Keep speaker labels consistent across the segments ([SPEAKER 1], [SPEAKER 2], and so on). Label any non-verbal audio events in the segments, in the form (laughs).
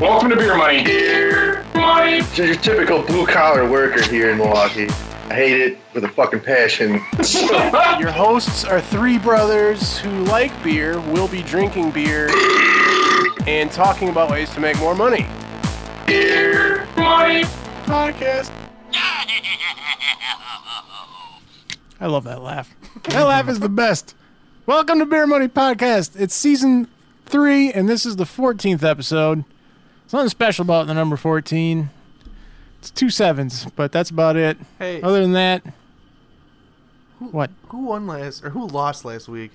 [SPEAKER 1] Welcome to Beer Money. Beer Money.
[SPEAKER 2] Just your typical blue collar worker here in Milwaukee. I hate it with a fucking passion.
[SPEAKER 3] Your hosts are three brothers who like beer, will be drinking beer, and talking about ways to make more money.
[SPEAKER 1] Beer Money.
[SPEAKER 3] Podcast.
[SPEAKER 4] I love that laugh. That laugh is the best. Welcome to Beer Money Podcast. It's season three, and this is the 14th episode. Something special about the number 14. It's two sevens, but that's about it.
[SPEAKER 5] Hey.
[SPEAKER 4] Other than that, what?
[SPEAKER 5] Who won last or who lost last week?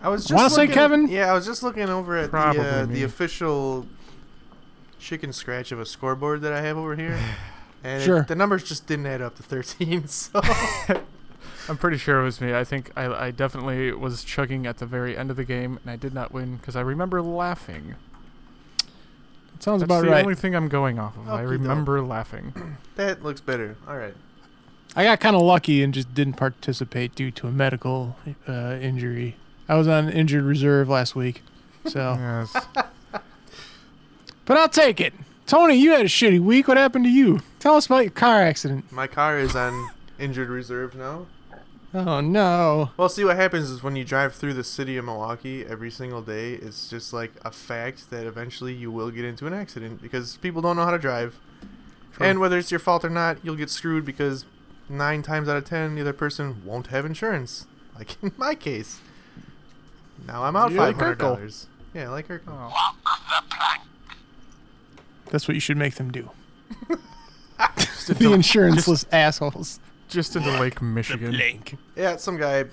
[SPEAKER 5] I was just
[SPEAKER 4] Wanna say
[SPEAKER 5] looking-
[SPEAKER 4] Kevin?
[SPEAKER 5] Yeah, I was just looking over at
[SPEAKER 4] Probably
[SPEAKER 5] the uh,
[SPEAKER 4] me.
[SPEAKER 5] the official chicken scratch of a scoreboard that I have
[SPEAKER 4] (sighs)
[SPEAKER 5] over here. And it-
[SPEAKER 4] Sure.
[SPEAKER 5] the numbers just didn't add up to 13,
[SPEAKER 4] (laughs)
[SPEAKER 5] (laughs) so
[SPEAKER 6] I'm pretty sure it was me. I think I, I definitely was chugging at the very end of the game, and I did not win because I remember laughing.
[SPEAKER 4] That sounds
[SPEAKER 6] That's
[SPEAKER 4] about
[SPEAKER 6] the
[SPEAKER 4] right.
[SPEAKER 6] only thing I'm going off of. I
[SPEAKER 5] Okey-doke.
[SPEAKER 6] remember laughing.
[SPEAKER 5] that looks better. All right.
[SPEAKER 4] I got kind of lucky and just didn't participate due to a medical uh, injury. I was on injured reserve last week, (laughs) so
[SPEAKER 6] Yes.
[SPEAKER 4] but I'll take it. Tony, you had a shitty week. What happened to you? Tell us about your car accident.
[SPEAKER 5] My car is on injured reserve now.
[SPEAKER 4] Oh no.
[SPEAKER 5] Well, see what happens is when you drive through the city of Milwaukee every single day, it's just like a fact that eventually you will get into an accident because people don't know how to drive. And whether it's your fault or not, you'll get screwed because nine times out of ten, the other person won't have insurance. Like (laughs) in my case. Now I'm out
[SPEAKER 6] You're
[SPEAKER 5] five
[SPEAKER 6] like
[SPEAKER 5] hundred
[SPEAKER 6] Urkel.
[SPEAKER 5] dollars. Yeah, like Urkel.
[SPEAKER 6] (laughs) Oh.
[SPEAKER 4] That's what you should make them do. (laughs) the insurance (laughs) assholes.
[SPEAKER 6] Just into Lake Michigan.
[SPEAKER 5] Yeah, some
[SPEAKER 6] (laughs)
[SPEAKER 5] guy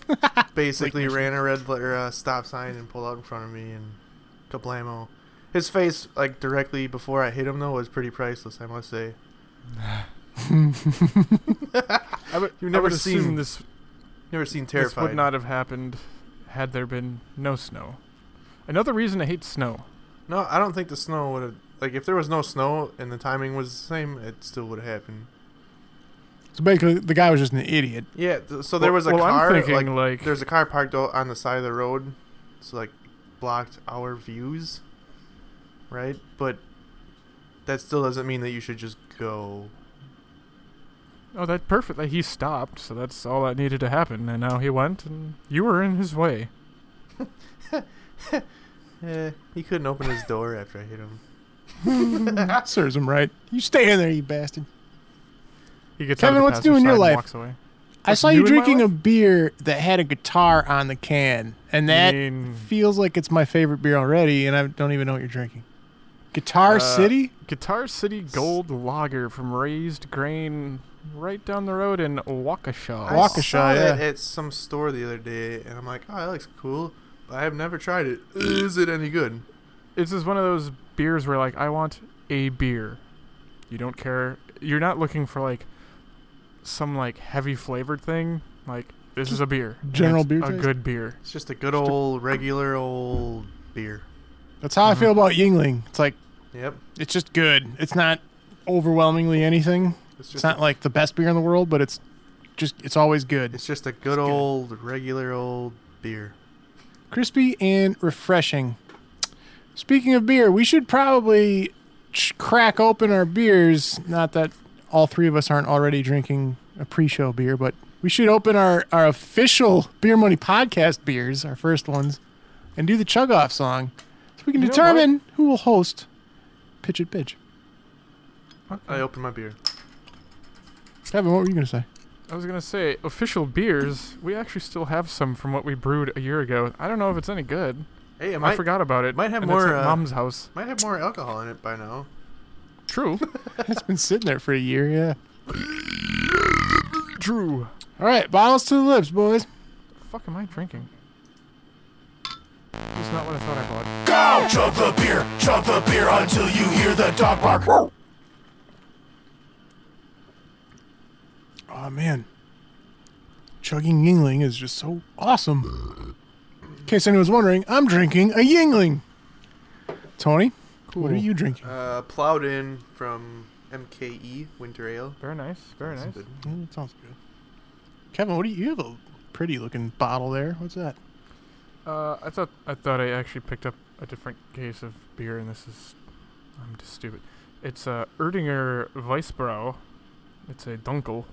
[SPEAKER 5] basically ran a red letter uh, stop sign and pulled out in front of me and kablamo. His face, like directly before I hit him, though, was pretty priceless, I must say.
[SPEAKER 6] I would,
[SPEAKER 5] You've
[SPEAKER 6] I
[SPEAKER 5] never
[SPEAKER 6] would assume
[SPEAKER 5] seen
[SPEAKER 6] this,
[SPEAKER 5] Never seen
[SPEAKER 6] this
[SPEAKER 5] terrified.
[SPEAKER 6] would not have happened had there been no snow. Another reason I hate snow.
[SPEAKER 5] No, I don't think the snow would have. Like, if there was no snow and the timing was the same, it still would have happened.
[SPEAKER 4] So basically, the guy was just an idiot.
[SPEAKER 5] Yeah, th- so there was a
[SPEAKER 6] well, I'm
[SPEAKER 5] car.
[SPEAKER 6] thinking,
[SPEAKER 5] like,
[SPEAKER 6] like-
[SPEAKER 5] there's a car parked o- on the side of the road, so like blocked our views, right? But that still doesn't mean that you should just go.
[SPEAKER 6] Oh, that perfect. Like, he stopped, so that's all that needed to happen. And now he went, and you were in his way.
[SPEAKER 5] Eh, he couldn't open his door after I hit him.
[SPEAKER 4] (laughs) That serves him right. You stay in there, you bastard.
[SPEAKER 6] He gets
[SPEAKER 4] Kevin,
[SPEAKER 6] out of the
[SPEAKER 4] what's new in your
[SPEAKER 6] passenger side and
[SPEAKER 4] life?
[SPEAKER 6] Walks away.
[SPEAKER 4] I
[SPEAKER 6] What's
[SPEAKER 4] saw you
[SPEAKER 6] new in my
[SPEAKER 4] drinking a
[SPEAKER 6] life?
[SPEAKER 4] beer that had a guitar on the can, and that
[SPEAKER 6] mean-
[SPEAKER 4] feels like it's my favorite beer already, and I don't even know what you're drinking. Guitar
[SPEAKER 6] Uh,
[SPEAKER 4] City?
[SPEAKER 6] Guitar City Gold Lager from Raised Grain, right down the road in Waukesha.
[SPEAKER 5] I
[SPEAKER 4] Waukesha,
[SPEAKER 5] saw that
[SPEAKER 4] yeah.
[SPEAKER 5] at some store the other day, and I'm like, oh, that looks cool, but I have never tried it. Is it any good?
[SPEAKER 6] This is one of those beers where like I want a beer. You don't care. You're not looking for like some like heavy flavored thing. Like this is a beer. and
[SPEAKER 4] general
[SPEAKER 6] it's
[SPEAKER 4] beer
[SPEAKER 6] A
[SPEAKER 4] taste?
[SPEAKER 6] good beer.
[SPEAKER 5] It's just a good old regular old beer.
[SPEAKER 4] That's how I feel about Yingling. It's like,
[SPEAKER 5] Yep.
[SPEAKER 4] it's just good. It's not overwhelmingly anything.
[SPEAKER 5] It's just
[SPEAKER 4] It's not
[SPEAKER 5] a,
[SPEAKER 4] like the best beer in the world, but it's just, it's always good.
[SPEAKER 5] it's just a good old regular old beer.
[SPEAKER 4] crispy and refreshing. Speaking of beer, we should probably ch- crack open our beers. Not that all three of us aren't already drinking a pre-show beer, but we should open our, our official Beer Money podcast beers, our first ones, and do the chug off song, so we can
[SPEAKER 6] You know what?
[SPEAKER 4] determine who will host Pitch It Bitch.
[SPEAKER 5] I opened my beer.
[SPEAKER 4] Kevin, what were you gonna say?
[SPEAKER 6] I was gonna say official beers. We actually still have some from what we brewed a year ago. I don't know if it's any good.
[SPEAKER 5] Hey, it might,
[SPEAKER 6] I forgot about it.
[SPEAKER 5] might have
[SPEAKER 6] and
[SPEAKER 5] more,
[SPEAKER 6] It's at
[SPEAKER 5] uh,
[SPEAKER 6] mom's house.
[SPEAKER 5] might have more alcohol in it by now.
[SPEAKER 6] True.
[SPEAKER 4] (laughs) It's been sitting there for a year, yeah.
[SPEAKER 6] True.
[SPEAKER 4] All right, bottles to the lips, boys.
[SPEAKER 6] fuck am I drinking? It's not what I thought I bought.
[SPEAKER 7] Go! Chug the beer, chug the beer until you hear the dog bark.
[SPEAKER 4] Oh man, chugging Yingling is just so awesome. In case anyone's wondering, I'm drinking a Yingling. Tony, what are
[SPEAKER 6] Cool.
[SPEAKER 4] you drinking?
[SPEAKER 5] Uh, plowed in from MKE Winter Ale.
[SPEAKER 6] Very nice. Very
[SPEAKER 5] That's
[SPEAKER 6] nice.
[SPEAKER 5] good.
[SPEAKER 4] Mm, that sounds good. Kevin, what do you, you have a pretty looking bottle there? What's that?
[SPEAKER 6] Uh, I thought I thought I actually picked up a different case of beer, and this is I'm just stupid. It's uh, Erdinger Weissbrau. It's a Dunkel.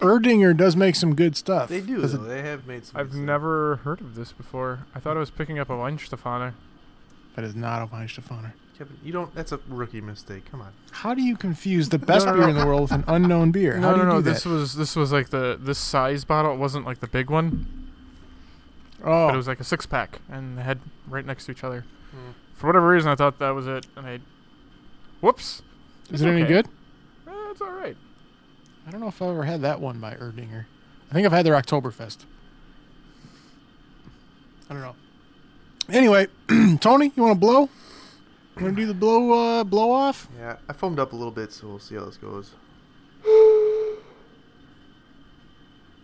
[SPEAKER 4] Erdinger does make some good stuff.
[SPEAKER 5] They do.
[SPEAKER 4] Does
[SPEAKER 5] Though.
[SPEAKER 4] it-
[SPEAKER 5] They have made some.
[SPEAKER 6] I've
[SPEAKER 5] good stuff.
[SPEAKER 6] never heard of this before. I thought I was picking up a Weinstefaner.
[SPEAKER 4] That is not a Weinstefaner.
[SPEAKER 5] Kevin, you don't. That's a rookie mistake. Come on.
[SPEAKER 4] How do you confuse
[SPEAKER 6] (laughs)
[SPEAKER 4] the best beer in the world with an unknown beer? How
[SPEAKER 6] No,
[SPEAKER 4] do
[SPEAKER 6] no,
[SPEAKER 4] you
[SPEAKER 6] no.
[SPEAKER 4] do
[SPEAKER 6] This
[SPEAKER 4] that?
[SPEAKER 6] was this was like the this size bottle. It wasn't like the big one, but it
[SPEAKER 4] oh,
[SPEAKER 6] was like a six pack, and they had right next to each other.
[SPEAKER 5] Hmm.
[SPEAKER 6] For whatever reason, I thought that was it, and I, whoops,
[SPEAKER 4] is it any
[SPEAKER 6] okay.
[SPEAKER 4] good?
[SPEAKER 6] Eh, it's all right.
[SPEAKER 4] I don't know if I've ever had that one by Erdinger. I think I've had their Oktoberfest. I don't know. Anyway, (clears throat) Tony, you want to blow? You want to do the blow uh, blow off?
[SPEAKER 5] Yeah, I foamed up a little bit, so we'll see how this goes.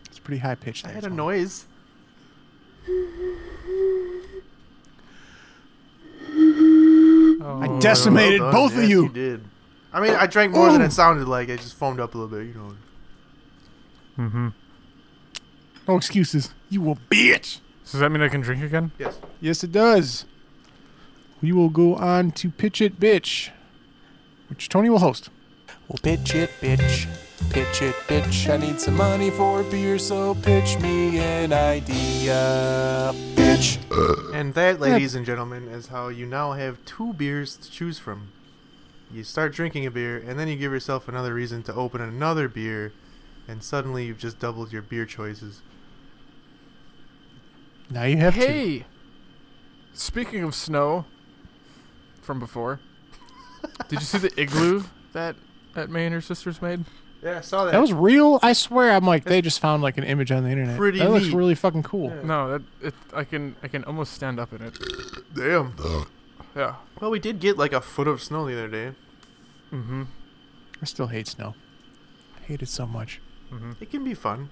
[SPEAKER 4] It's pretty high pitched.
[SPEAKER 5] I
[SPEAKER 4] there,
[SPEAKER 5] had a
[SPEAKER 4] Tony.
[SPEAKER 5] noise.
[SPEAKER 6] Oh,
[SPEAKER 4] decimated
[SPEAKER 5] Well done.
[SPEAKER 4] both
[SPEAKER 5] Yes,
[SPEAKER 4] of you.
[SPEAKER 5] did. I mean, I drank more than
[SPEAKER 4] Ooh.
[SPEAKER 5] it sounded like. I just foamed up a little bit, you know.
[SPEAKER 6] Mm-hmm.
[SPEAKER 4] No excuses. You a bitch.
[SPEAKER 6] Does that mean I can drink again?
[SPEAKER 5] Yes.
[SPEAKER 4] Yes, it does. We will go on to Pitch It Bitch, which Tony will host.
[SPEAKER 8] Well, pitch it, bitch. Pitch it, bitch. I need some money for beer, so pitch me an idea. Bitch.
[SPEAKER 5] And that, ladies and gentlemen, is how you now have two beers to choose from. You start drinking a beer, and then you give yourself another reason to open another beer, and suddenly you've just doubled your beer choices.
[SPEAKER 4] Now you have two.
[SPEAKER 6] Hey, speaking of snow
[SPEAKER 4] (laughs)
[SPEAKER 6] from before, did you see the igloo that that May and her sisters made?
[SPEAKER 5] Yeah, I saw
[SPEAKER 4] That was real. I swear, I'm like they just found like an image on the internet.
[SPEAKER 5] pretty
[SPEAKER 4] that looks
[SPEAKER 5] neat.
[SPEAKER 4] really fucking cool.
[SPEAKER 6] No, that it, I can I can almost stand up in it.
[SPEAKER 5] Damn.
[SPEAKER 6] Yeah.
[SPEAKER 5] Well, we did get like a foot of snow the other day.
[SPEAKER 6] Mm-hmm.
[SPEAKER 4] I still hate snow. I hate it so much.
[SPEAKER 6] mm-hmm.
[SPEAKER 5] It can be fun.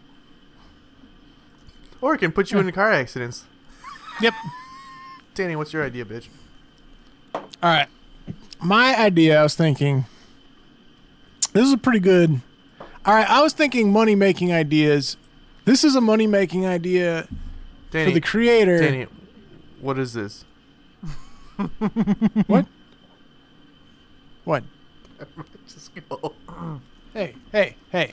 [SPEAKER 5] Or it can put you into car accidents.
[SPEAKER 4] Yep.
[SPEAKER 5] Danny, what's your idea, bitch?
[SPEAKER 4] All right. My idea, I was thinking, this is a pretty good. All right, I was thinking money making ideas. This is a money making idea
[SPEAKER 5] Danny,
[SPEAKER 4] for the creator.
[SPEAKER 5] Danny, what is this?
[SPEAKER 4] What?
[SPEAKER 5] (laughs) Just go.
[SPEAKER 4] Hey, hey, hey.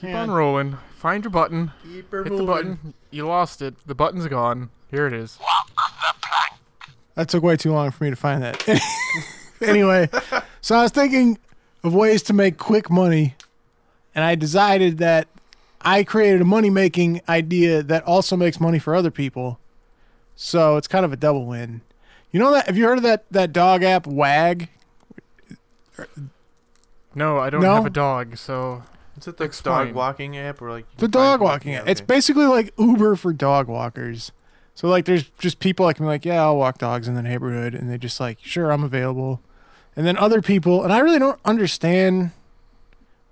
[SPEAKER 6] Keep on rolling. Find your button.
[SPEAKER 5] Keep her
[SPEAKER 6] Hit the button. You lost it. The button's gone. Here it is.
[SPEAKER 4] That took way too long for me to find that. (laughs) anyway, so I was thinking of ways to make quick money, and I decided that I created a money making idea that also makes money for other people. So it's kind of a double win. You know that? Have you heard of that that dog app Wag?
[SPEAKER 6] No, I don't
[SPEAKER 4] No?
[SPEAKER 6] have a dog, so
[SPEAKER 5] Is it the
[SPEAKER 6] Explain.
[SPEAKER 5] dog walking app or like
[SPEAKER 4] The dog walking app. It's basically like Uber for dog walkers. So like, there's just people that can be like, yeah, I'll walk dogs in the neighborhood, and they just like, sure, I'm available. And then other people, and I really don't understand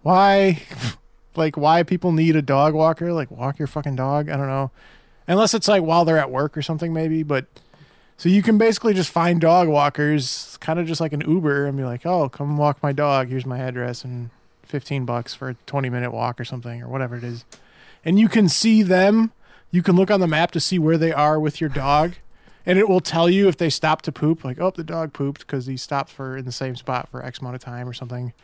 [SPEAKER 4] why, (laughs) like, why people need a dog walker. Like, walk your fucking dog. I don't know, unless it's like while they're at work or something, maybe. But so you can basically just find dog walkers, kind of just like an Uber, and be like, oh, come walk my dog. Here's my address, and 15 bucks for a 20 minute walk or something or whatever it is. And you can see them. You can look on the map to see where they are with your dog. And it will tell you if they stop to poop, like, oh, the dog pooped because he stopped for in the same spot for X amount of time or something.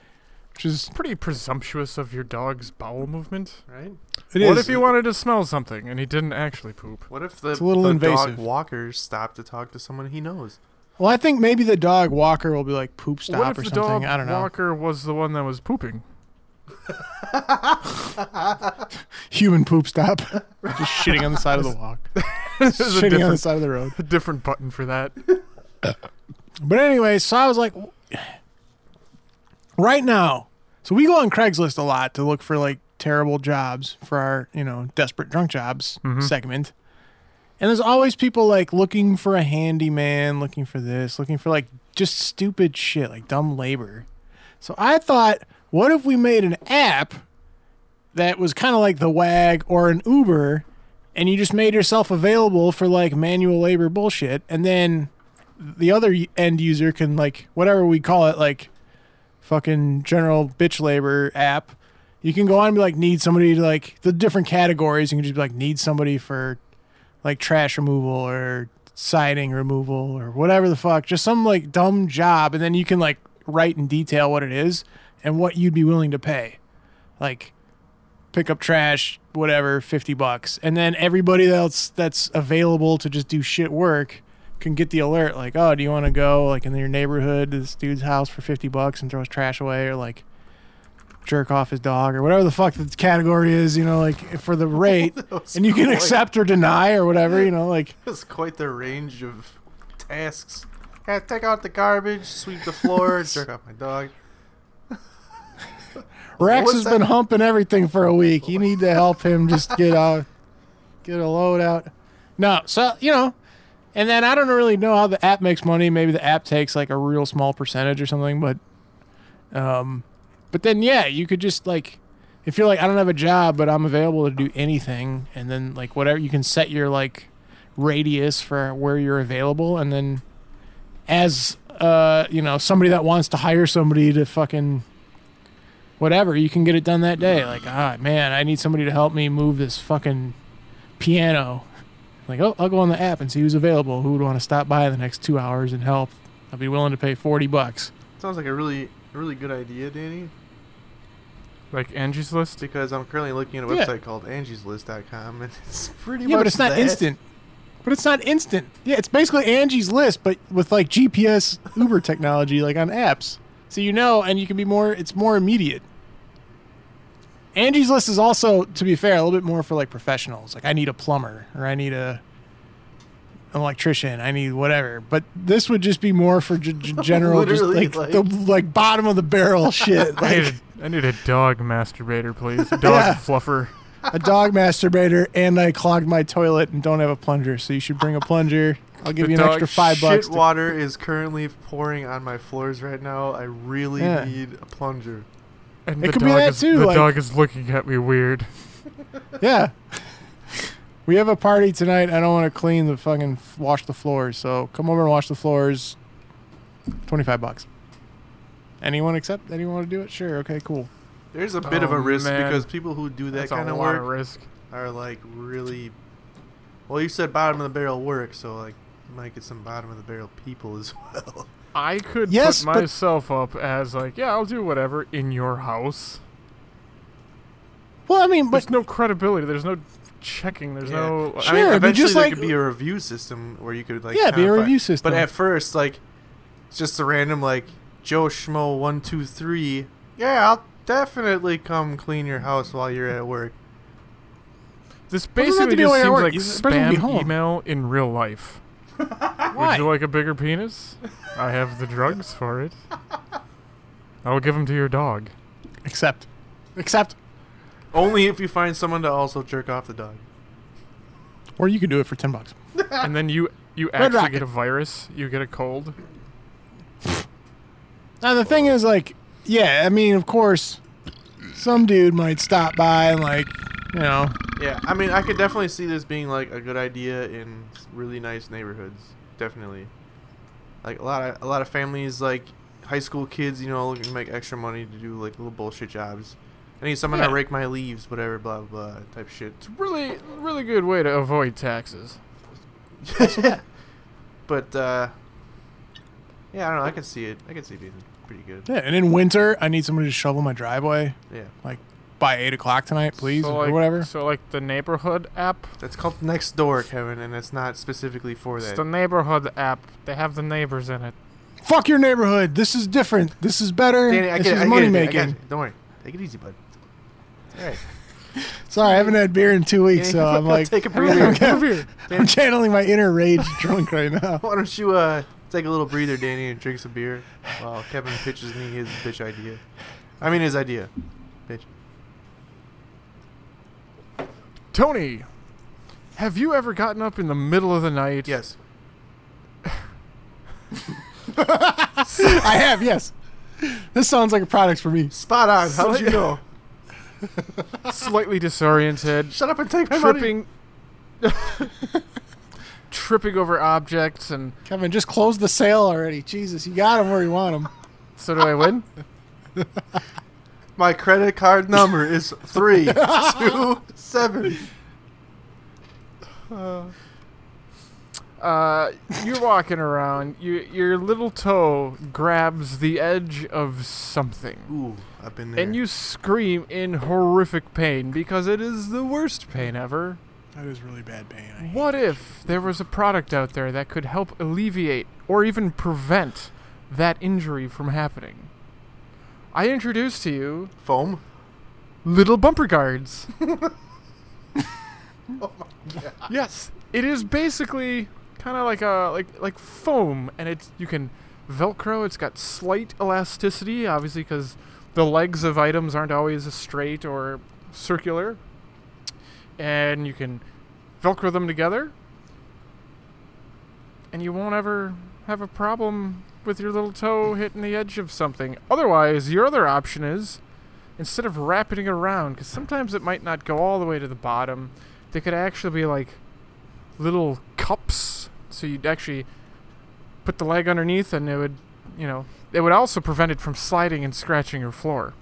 [SPEAKER 4] Which is,
[SPEAKER 6] pretty presumptuous of your dog's bowel movement.
[SPEAKER 5] right.
[SPEAKER 4] it
[SPEAKER 6] what
[SPEAKER 4] is-
[SPEAKER 6] if you wanted to smell something and he didn't actually poop?
[SPEAKER 5] What if the,
[SPEAKER 4] a little
[SPEAKER 5] the
[SPEAKER 4] invasive.
[SPEAKER 5] dog walker stopped to talk to someone he knows? (laughs)
[SPEAKER 4] Well, I think maybe the dog walker will be like poop stop
[SPEAKER 6] what if
[SPEAKER 4] or
[SPEAKER 6] the
[SPEAKER 4] something.
[SPEAKER 6] dog
[SPEAKER 4] I don't know.
[SPEAKER 6] walker was the one that was pooping?
[SPEAKER 4] Human poop
[SPEAKER 6] (laughs)
[SPEAKER 4] stop. Just shitting on the side of the walk.
[SPEAKER 6] There's a
[SPEAKER 4] shitting on the
[SPEAKER 6] different,
[SPEAKER 4] side of the road.
[SPEAKER 6] a different button for
[SPEAKER 4] (laughs)
[SPEAKER 6] that.
[SPEAKER 4] But anyway, so I was like, (sighs) right now, so we go on Craigslist a lot to look for like terrible jobs for our, you know, desperate drunk jobs segment. And there's always people like looking for a handyman, looking for this, looking for like just stupid shit, like dumb labor. So I thought, what if we made an app that was kind of like the WAG or an Uber and you just made yourself available for like manual labor bullshit and then the other y- end user can like whatever we call it like fucking general bitch labor app you can go on and be like need somebody to like the different categories you can just be like need somebody for like trash removal or siding removal or whatever the fuck, just some like dumb job, and then you can like write in detail what it is and what you'd be willing to pay. Like pick up trash, whatever, 50 bucks. And then everybody else that's available to just do shit work can get the alert like, "Oh, do you want to go like in your neighborhood to this dude's house for 50 bucks and throw his trash away or like jerk off his dog or whatever the fuck the category is, you know, like for the rate."
[SPEAKER 5] was
[SPEAKER 4] and you can
[SPEAKER 5] quite-
[SPEAKER 4] accept or deny or whatever, you know, like
[SPEAKER 5] That's quite the range of tasks. Yeah, take out the garbage, sweep
[SPEAKER 4] (laughs)
[SPEAKER 5] the floor, jerk off my dog.
[SPEAKER 4] Rex
[SPEAKER 5] What's
[SPEAKER 4] has
[SPEAKER 5] that?
[SPEAKER 4] been humping everything for a week. You need to help him just get out, get a load out. No, so you know, and then I don't really know how the app makes money. Maybe the app takes like a real small percentage or something, but, um, but then yeah, you could just like, if you're like I don't have a job but I'm available to do anything, and then like whatever you can set your like radius for where you're available, and then as uh you know somebody that wants to hire somebody to fucking whatever, you can get it done that day. Like, ah, man, I need somebody to help me move this fucking piano. Like, oh, I'll go on the app and see who's available, who would want to stop by in the next two hours and help. I'll be willing to pay 40 bucks.
[SPEAKER 5] Sounds like a really, really good idea, Danny.
[SPEAKER 6] Like Angie's List.
[SPEAKER 5] Because I'm currently looking at a
[SPEAKER 4] Yeah.
[SPEAKER 5] website called Angie'sList.com, and (laughs) it's pretty much
[SPEAKER 4] Yeah, but it's not
[SPEAKER 5] that.
[SPEAKER 4] instant. But it's not instant. Yeah, it's basically Angie's List, but with like GPS Uber technology, like on apps. So you know, and you can be more, it's more immediate. Angie's List is also, to be fair, a little bit more for like professionals. Like I need a plumber or I need a an electrician, I need whatever. But this would just be more for g- g- general, just
[SPEAKER 5] (laughs) Literally,
[SPEAKER 4] like, the like bottom of the barrel (laughs) shit.
[SPEAKER 6] I
[SPEAKER 4] Like,
[SPEAKER 6] need, a, I need a dog masturbator, please.
[SPEAKER 4] (laughs)
[SPEAKER 6] A dog
[SPEAKER 4] Yeah.
[SPEAKER 6] fluffer.
[SPEAKER 4] a dog masturbator and I clogged my toilet and don't have a plunger, so you should bring a plunger. I'll give
[SPEAKER 6] The
[SPEAKER 4] you an
[SPEAKER 6] dog
[SPEAKER 4] extra five
[SPEAKER 5] Shit
[SPEAKER 4] bucks. to-
[SPEAKER 5] water is currently pouring on my floors right now. I really
[SPEAKER 4] Yeah.
[SPEAKER 5] need a plunger.
[SPEAKER 6] And
[SPEAKER 4] It
[SPEAKER 6] the
[SPEAKER 4] could be
[SPEAKER 6] dog
[SPEAKER 4] that
[SPEAKER 6] is,
[SPEAKER 4] too,
[SPEAKER 6] The
[SPEAKER 4] like-
[SPEAKER 6] dog is looking at me weird.
[SPEAKER 4] yeah. we have a party tonight. I don't want to clean the fucking f- wash the floors, so come over and wash the floors. Twenty five bucks. Anyone accept? Anyone want to do it? Sure. Okay. Cool.
[SPEAKER 5] There's a bit of a
[SPEAKER 6] Oh,
[SPEAKER 5] risk
[SPEAKER 6] man.
[SPEAKER 5] because people who do that
[SPEAKER 6] That's a
[SPEAKER 5] kind of
[SPEAKER 6] lot
[SPEAKER 5] work
[SPEAKER 6] of risk.
[SPEAKER 5] are like really. Well, you said bottom of the barrel work, so like you might get some bottom of the barrel people as well.
[SPEAKER 6] I could
[SPEAKER 4] Yes,
[SPEAKER 6] put
[SPEAKER 4] but-
[SPEAKER 6] myself up as like, yeah, I'll do whatever in your house.
[SPEAKER 4] Well, I mean, but
[SPEAKER 6] There's no credibility. There's no checking. There's
[SPEAKER 5] Yeah.
[SPEAKER 6] no.
[SPEAKER 5] I
[SPEAKER 4] Sure,
[SPEAKER 5] mean,
[SPEAKER 4] but
[SPEAKER 5] eventually
[SPEAKER 4] just
[SPEAKER 5] there
[SPEAKER 4] like-
[SPEAKER 5] could be a review system where you could like
[SPEAKER 4] Yeah, be a
[SPEAKER 5] confine-
[SPEAKER 4] review system.
[SPEAKER 5] But at first, like, it's just a random like Joe Schmo one two three. Yeah, I'll definitely come clean your house while you're at work.
[SPEAKER 6] This
[SPEAKER 4] doesn't have
[SPEAKER 6] basically
[SPEAKER 4] to be
[SPEAKER 6] just
[SPEAKER 4] where I
[SPEAKER 6] seems
[SPEAKER 4] work.
[SPEAKER 6] like
[SPEAKER 4] You- the person will be
[SPEAKER 6] spam
[SPEAKER 4] home.
[SPEAKER 6] email in real life.
[SPEAKER 4] why?
[SPEAKER 6] Would you like a bigger penis? I have the drugs for it. I will give them to your dog.
[SPEAKER 4] accept. Accept.
[SPEAKER 5] Only if you find someone to also jerk off the dog.
[SPEAKER 4] Or you could do it for ten bucks.
[SPEAKER 6] And then you you actually
[SPEAKER 4] Rocket.
[SPEAKER 6] get a virus. You get a cold.
[SPEAKER 4] Now the thing is, like, yeah, I mean, of course, some dude might stop by and like, you know,
[SPEAKER 5] Yeah, I mean, I could definitely see this being like a good idea in really nice neighborhoods. Definitely, like a lot of a lot of families, like high school kids, you know, looking to make extra money to do like little bullshit jobs. I need someone to
[SPEAKER 4] Yeah.
[SPEAKER 5] rake my leaves, whatever, blah blah, blah
[SPEAKER 4] (laughs)
[SPEAKER 5] type shit. (laughs)
[SPEAKER 6] Really, really good way to avoid taxes.
[SPEAKER 5] But uh, yeah, I don't know. I could see it. I could see it being pretty good.
[SPEAKER 4] yeah. And in winter, I need somebody to shovel my driveway
[SPEAKER 5] Yeah,
[SPEAKER 4] like by eight o'clock tonight, please,
[SPEAKER 6] so
[SPEAKER 4] or
[SPEAKER 6] like,
[SPEAKER 4] whatever.
[SPEAKER 6] So like the neighborhood app.
[SPEAKER 5] that's called next door, Kevin, and it's not specifically for
[SPEAKER 6] It's
[SPEAKER 5] that.
[SPEAKER 6] the neighborhood app. They have the neighbors in it.
[SPEAKER 4] Fuck your neighborhood. This is different. This is better.
[SPEAKER 5] Danny, I
[SPEAKER 4] this
[SPEAKER 5] get, it,
[SPEAKER 4] is
[SPEAKER 5] I get
[SPEAKER 4] money
[SPEAKER 5] it, dude, I got
[SPEAKER 4] making.
[SPEAKER 5] you. Don't worry. Take it easy, bud. All right.
[SPEAKER 4] Sorry, I haven't had beer in two weeks,
[SPEAKER 5] (laughs)
[SPEAKER 4] so I'm like,
[SPEAKER 5] take a
[SPEAKER 4] I'm,
[SPEAKER 5] breather.
[SPEAKER 4] (laughs) I'm channeling my inner rage (laughs) drunk right now.
[SPEAKER 5] Why don't you uh, take a little breather, Danny, and drink some beer while Kevin pitches me his bitch idea. I mean, his idea. Bitch.
[SPEAKER 6] Tony, have you ever gotten up in the middle of the night?
[SPEAKER 5] Yes.
[SPEAKER 4] I have, yes. This sounds like a product for me.
[SPEAKER 5] Spot on. How did you know?
[SPEAKER 6] (laughs) Slightly
[SPEAKER 5] (laughs)
[SPEAKER 6] disoriented,
[SPEAKER 5] Shut up and take my money.
[SPEAKER 6] tripping, (laughs) tripping over objects, and
[SPEAKER 4] Kevin, just close the sale already. Jesus, you got him where you want him.
[SPEAKER 6] so do I win?
[SPEAKER 5] My credit card number is three (laughs) two seven.
[SPEAKER 6] Uh, you're walking around. You, your little toe grabs the edge of something,
[SPEAKER 5] Ooh, I've been there.
[SPEAKER 6] and you scream in horrific pain because it is the worst pain ever.
[SPEAKER 4] That is really bad pain. I hate
[SPEAKER 6] What if there was a product out there that could help alleviate or even prevent that injury from happening? I introduce to you
[SPEAKER 5] foam.
[SPEAKER 6] little bumper guards. Yes, it is basically kind of like a like like foam, and it's you can velcro. It's got slight elasticity, obviously, because the legs of items aren't always straight or circular, and you can velcro them together, and you won't ever have a problem with your little toe hitting the edge of something. Otherwise, your other option is instead of wrapping it around, because sometimes it might not go all the way to the bottom, they could actually be like little cups. So you'd actually put the leg underneath, and it would, you know, it would also prevent it from sliding and scratching your floor.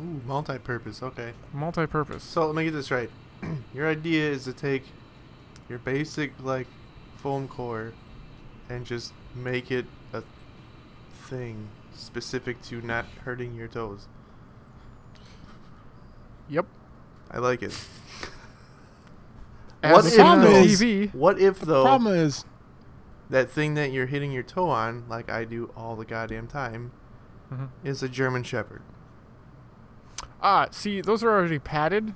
[SPEAKER 5] Ooh, multi-purpose. Okay.
[SPEAKER 6] Multi-purpose.
[SPEAKER 5] So let me get this right. (clears throat) your idea is to take your basic like foam core and just make it a thing specific to not hurting your toes.
[SPEAKER 6] Yep.
[SPEAKER 5] I like it.
[SPEAKER 6] As
[SPEAKER 5] What
[SPEAKER 6] a
[SPEAKER 5] if-
[SPEAKER 6] problem
[SPEAKER 4] Problem is-
[SPEAKER 6] TV?
[SPEAKER 5] What if though
[SPEAKER 4] Problem is,
[SPEAKER 5] that thing that you're hitting your toe on, like I do all the goddamn time,
[SPEAKER 6] Mhm.
[SPEAKER 5] is a German Shepherd?
[SPEAKER 6] Ah, see, those are already padded.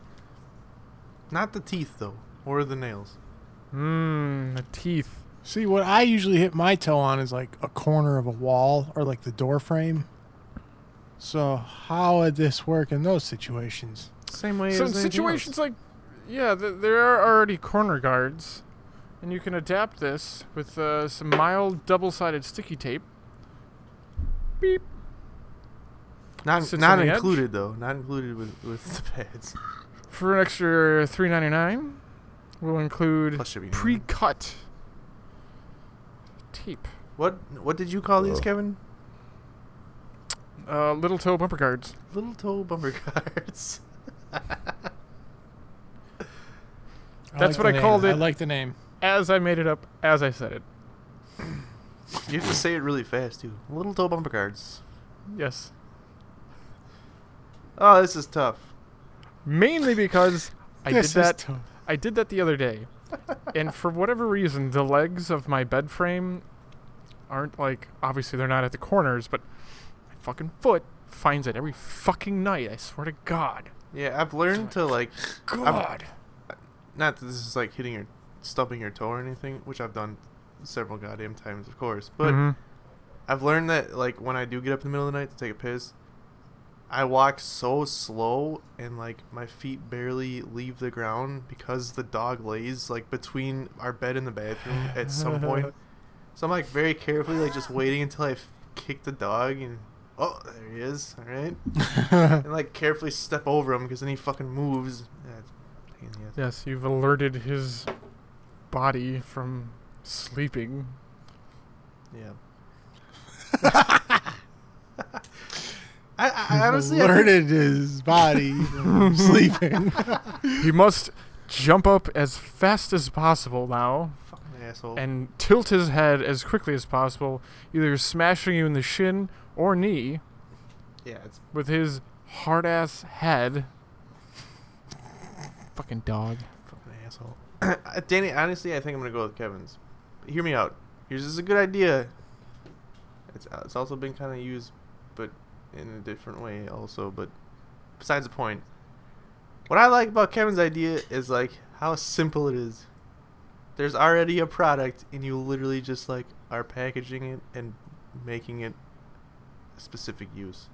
[SPEAKER 5] Not the teeth though, or the nails.
[SPEAKER 6] Mmm, the teeth.
[SPEAKER 4] see, what I usually hit my toe on is like a corner of a wall or like the door frame. So how would this work in those situations?
[SPEAKER 5] Same way
[SPEAKER 6] So in
[SPEAKER 5] as anything else.
[SPEAKER 6] situations like, yeah, th- there are already corner guards, and you can adapt this with uh, some mild double-sided sticky tape. Beep.
[SPEAKER 5] not
[SPEAKER 6] sits
[SPEAKER 5] not
[SPEAKER 6] on the edge.
[SPEAKER 5] included though, not included with with the pads.
[SPEAKER 6] For an extra three ninety nine, we'll include
[SPEAKER 5] Plus shipping.
[SPEAKER 6] pre-cut tape,
[SPEAKER 5] What what did you call these, Kevin?
[SPEAKER 6] uh, little toe bumper guards.
[SPEAKER 5] Little toe bumper guards.
[SPEAKER 6] That's
[SPEAKER 4] like
[SPEAKER 6] what
[SPEAKER 4] the
[SPEAKER 6] I
[SPEAKER 4] name.
[SPEAKER 6] called
[SPEAKER 4] I
[SPEAKER 6] it.
[SPEAKER 4] like the name.
[SPEAKER 6] As I made it up, as I said it.
[SPEAKER 5] You have to say it really fast too. Little toe bumper guards.
[SPEAKER 6] Yes.
[SPEAKER 5] Oh, this is tough.
[SPEAKER 6] Mainly because I did
[SPEAKER 4] This is
[SPEAKER 6] that. (laughs)
[SPEAKER 4] tough.
[SPEAKER 6] I did that the other day, and for whatever reason, the legs of my bed frame aren't like obviously they're not at the corners, but my fucking foot finds it every fucking night. I swear to God.
[SPEAKER 5] Yeah, I've learned to like
[SPEAKER 6] God.
[SPEAKER 5] not that this is like hitting your stubbing your toe or anything, which I've done several goddamn times, of course. But
[SPEAKER 6] Mhm.
[SPEAKER 5] I've learned that like when I do get up in the middle of the night to take a piss, I walk so slow and like my feet barely leave the ground because the dog lays like between our bed and the bathroom at some point. So I'm like very carefully like just waiting until I f- kick the dog and oh there he is all right and like carefully step over him because then he fucking moves. Yeah, it's a pain in the ass.
[SPEAKER 6] Yes, you've alerted his body from sleeping.
[SPEAKER 5] Yeah. (laughs) I, I honestly, I think,
[SPEAKER 4] Alerted his body
[SPEAKER 6] (laughs)
[SPEAKER 4] from sleeping. (laughs)
[SPEAKER 6] He must jump up as fast as possible now
[SPEAKER 5] fucking asshole.
[SPEAKER 6] and tilt his head as quickly as possible, either smashing you in the shin or knee
[SPEAKER 5] yeah, it's
[SPEAKER 6] with his hard ass head. Fucking dog.
[SPEAKER 5] fucking asshole. (clears throat) Uh, Danny, honestly, I think I'm gonna go with Kevin's. But hear me out. Yours is a good idea. It's uh, it's also been kind of used, but in a different way also. But besides the point, what I like about Kevin's idea is like how simple it is. There's already a product, and you literally just like are packaging it and making it a specific use.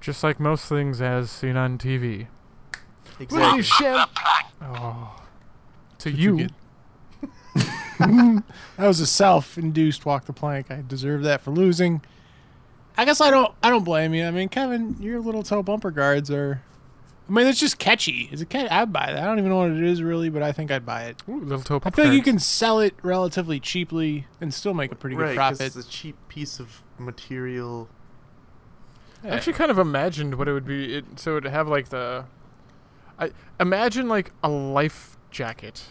[SPEAKER 6] Just like most things as seen on TV.
[SPEAKER 5] Exactly.
[SPEAKER 6] Oh. To
[SPEAKER 4] you
[SPEAKER 6] you.
[SPEAKER 4] get- (laughs) that was a self-induced walk the plank. I deserve that for losing. I guess I don't. I don't blame you. I mean, Kevin, your little toe bumper guards are. I mean, it's just catchy. It's a catch. I'd buy that. I don't even know what it is really, but I think I'd buy it.
[SPEAKER 6] Ooh, little toe
[SPEAKER 4] I feel like you can sell it relatively cheaply and still make a pretty good
[SPEAKER 5] Right, 'cause
[SPEAKER 4] profit.
[SPEAKER 5] it's a cheap piece of material.
[SPEAKER 6] I actually kind of imagined what it would be. It, so it'd have like the, I imagine like a life jacket,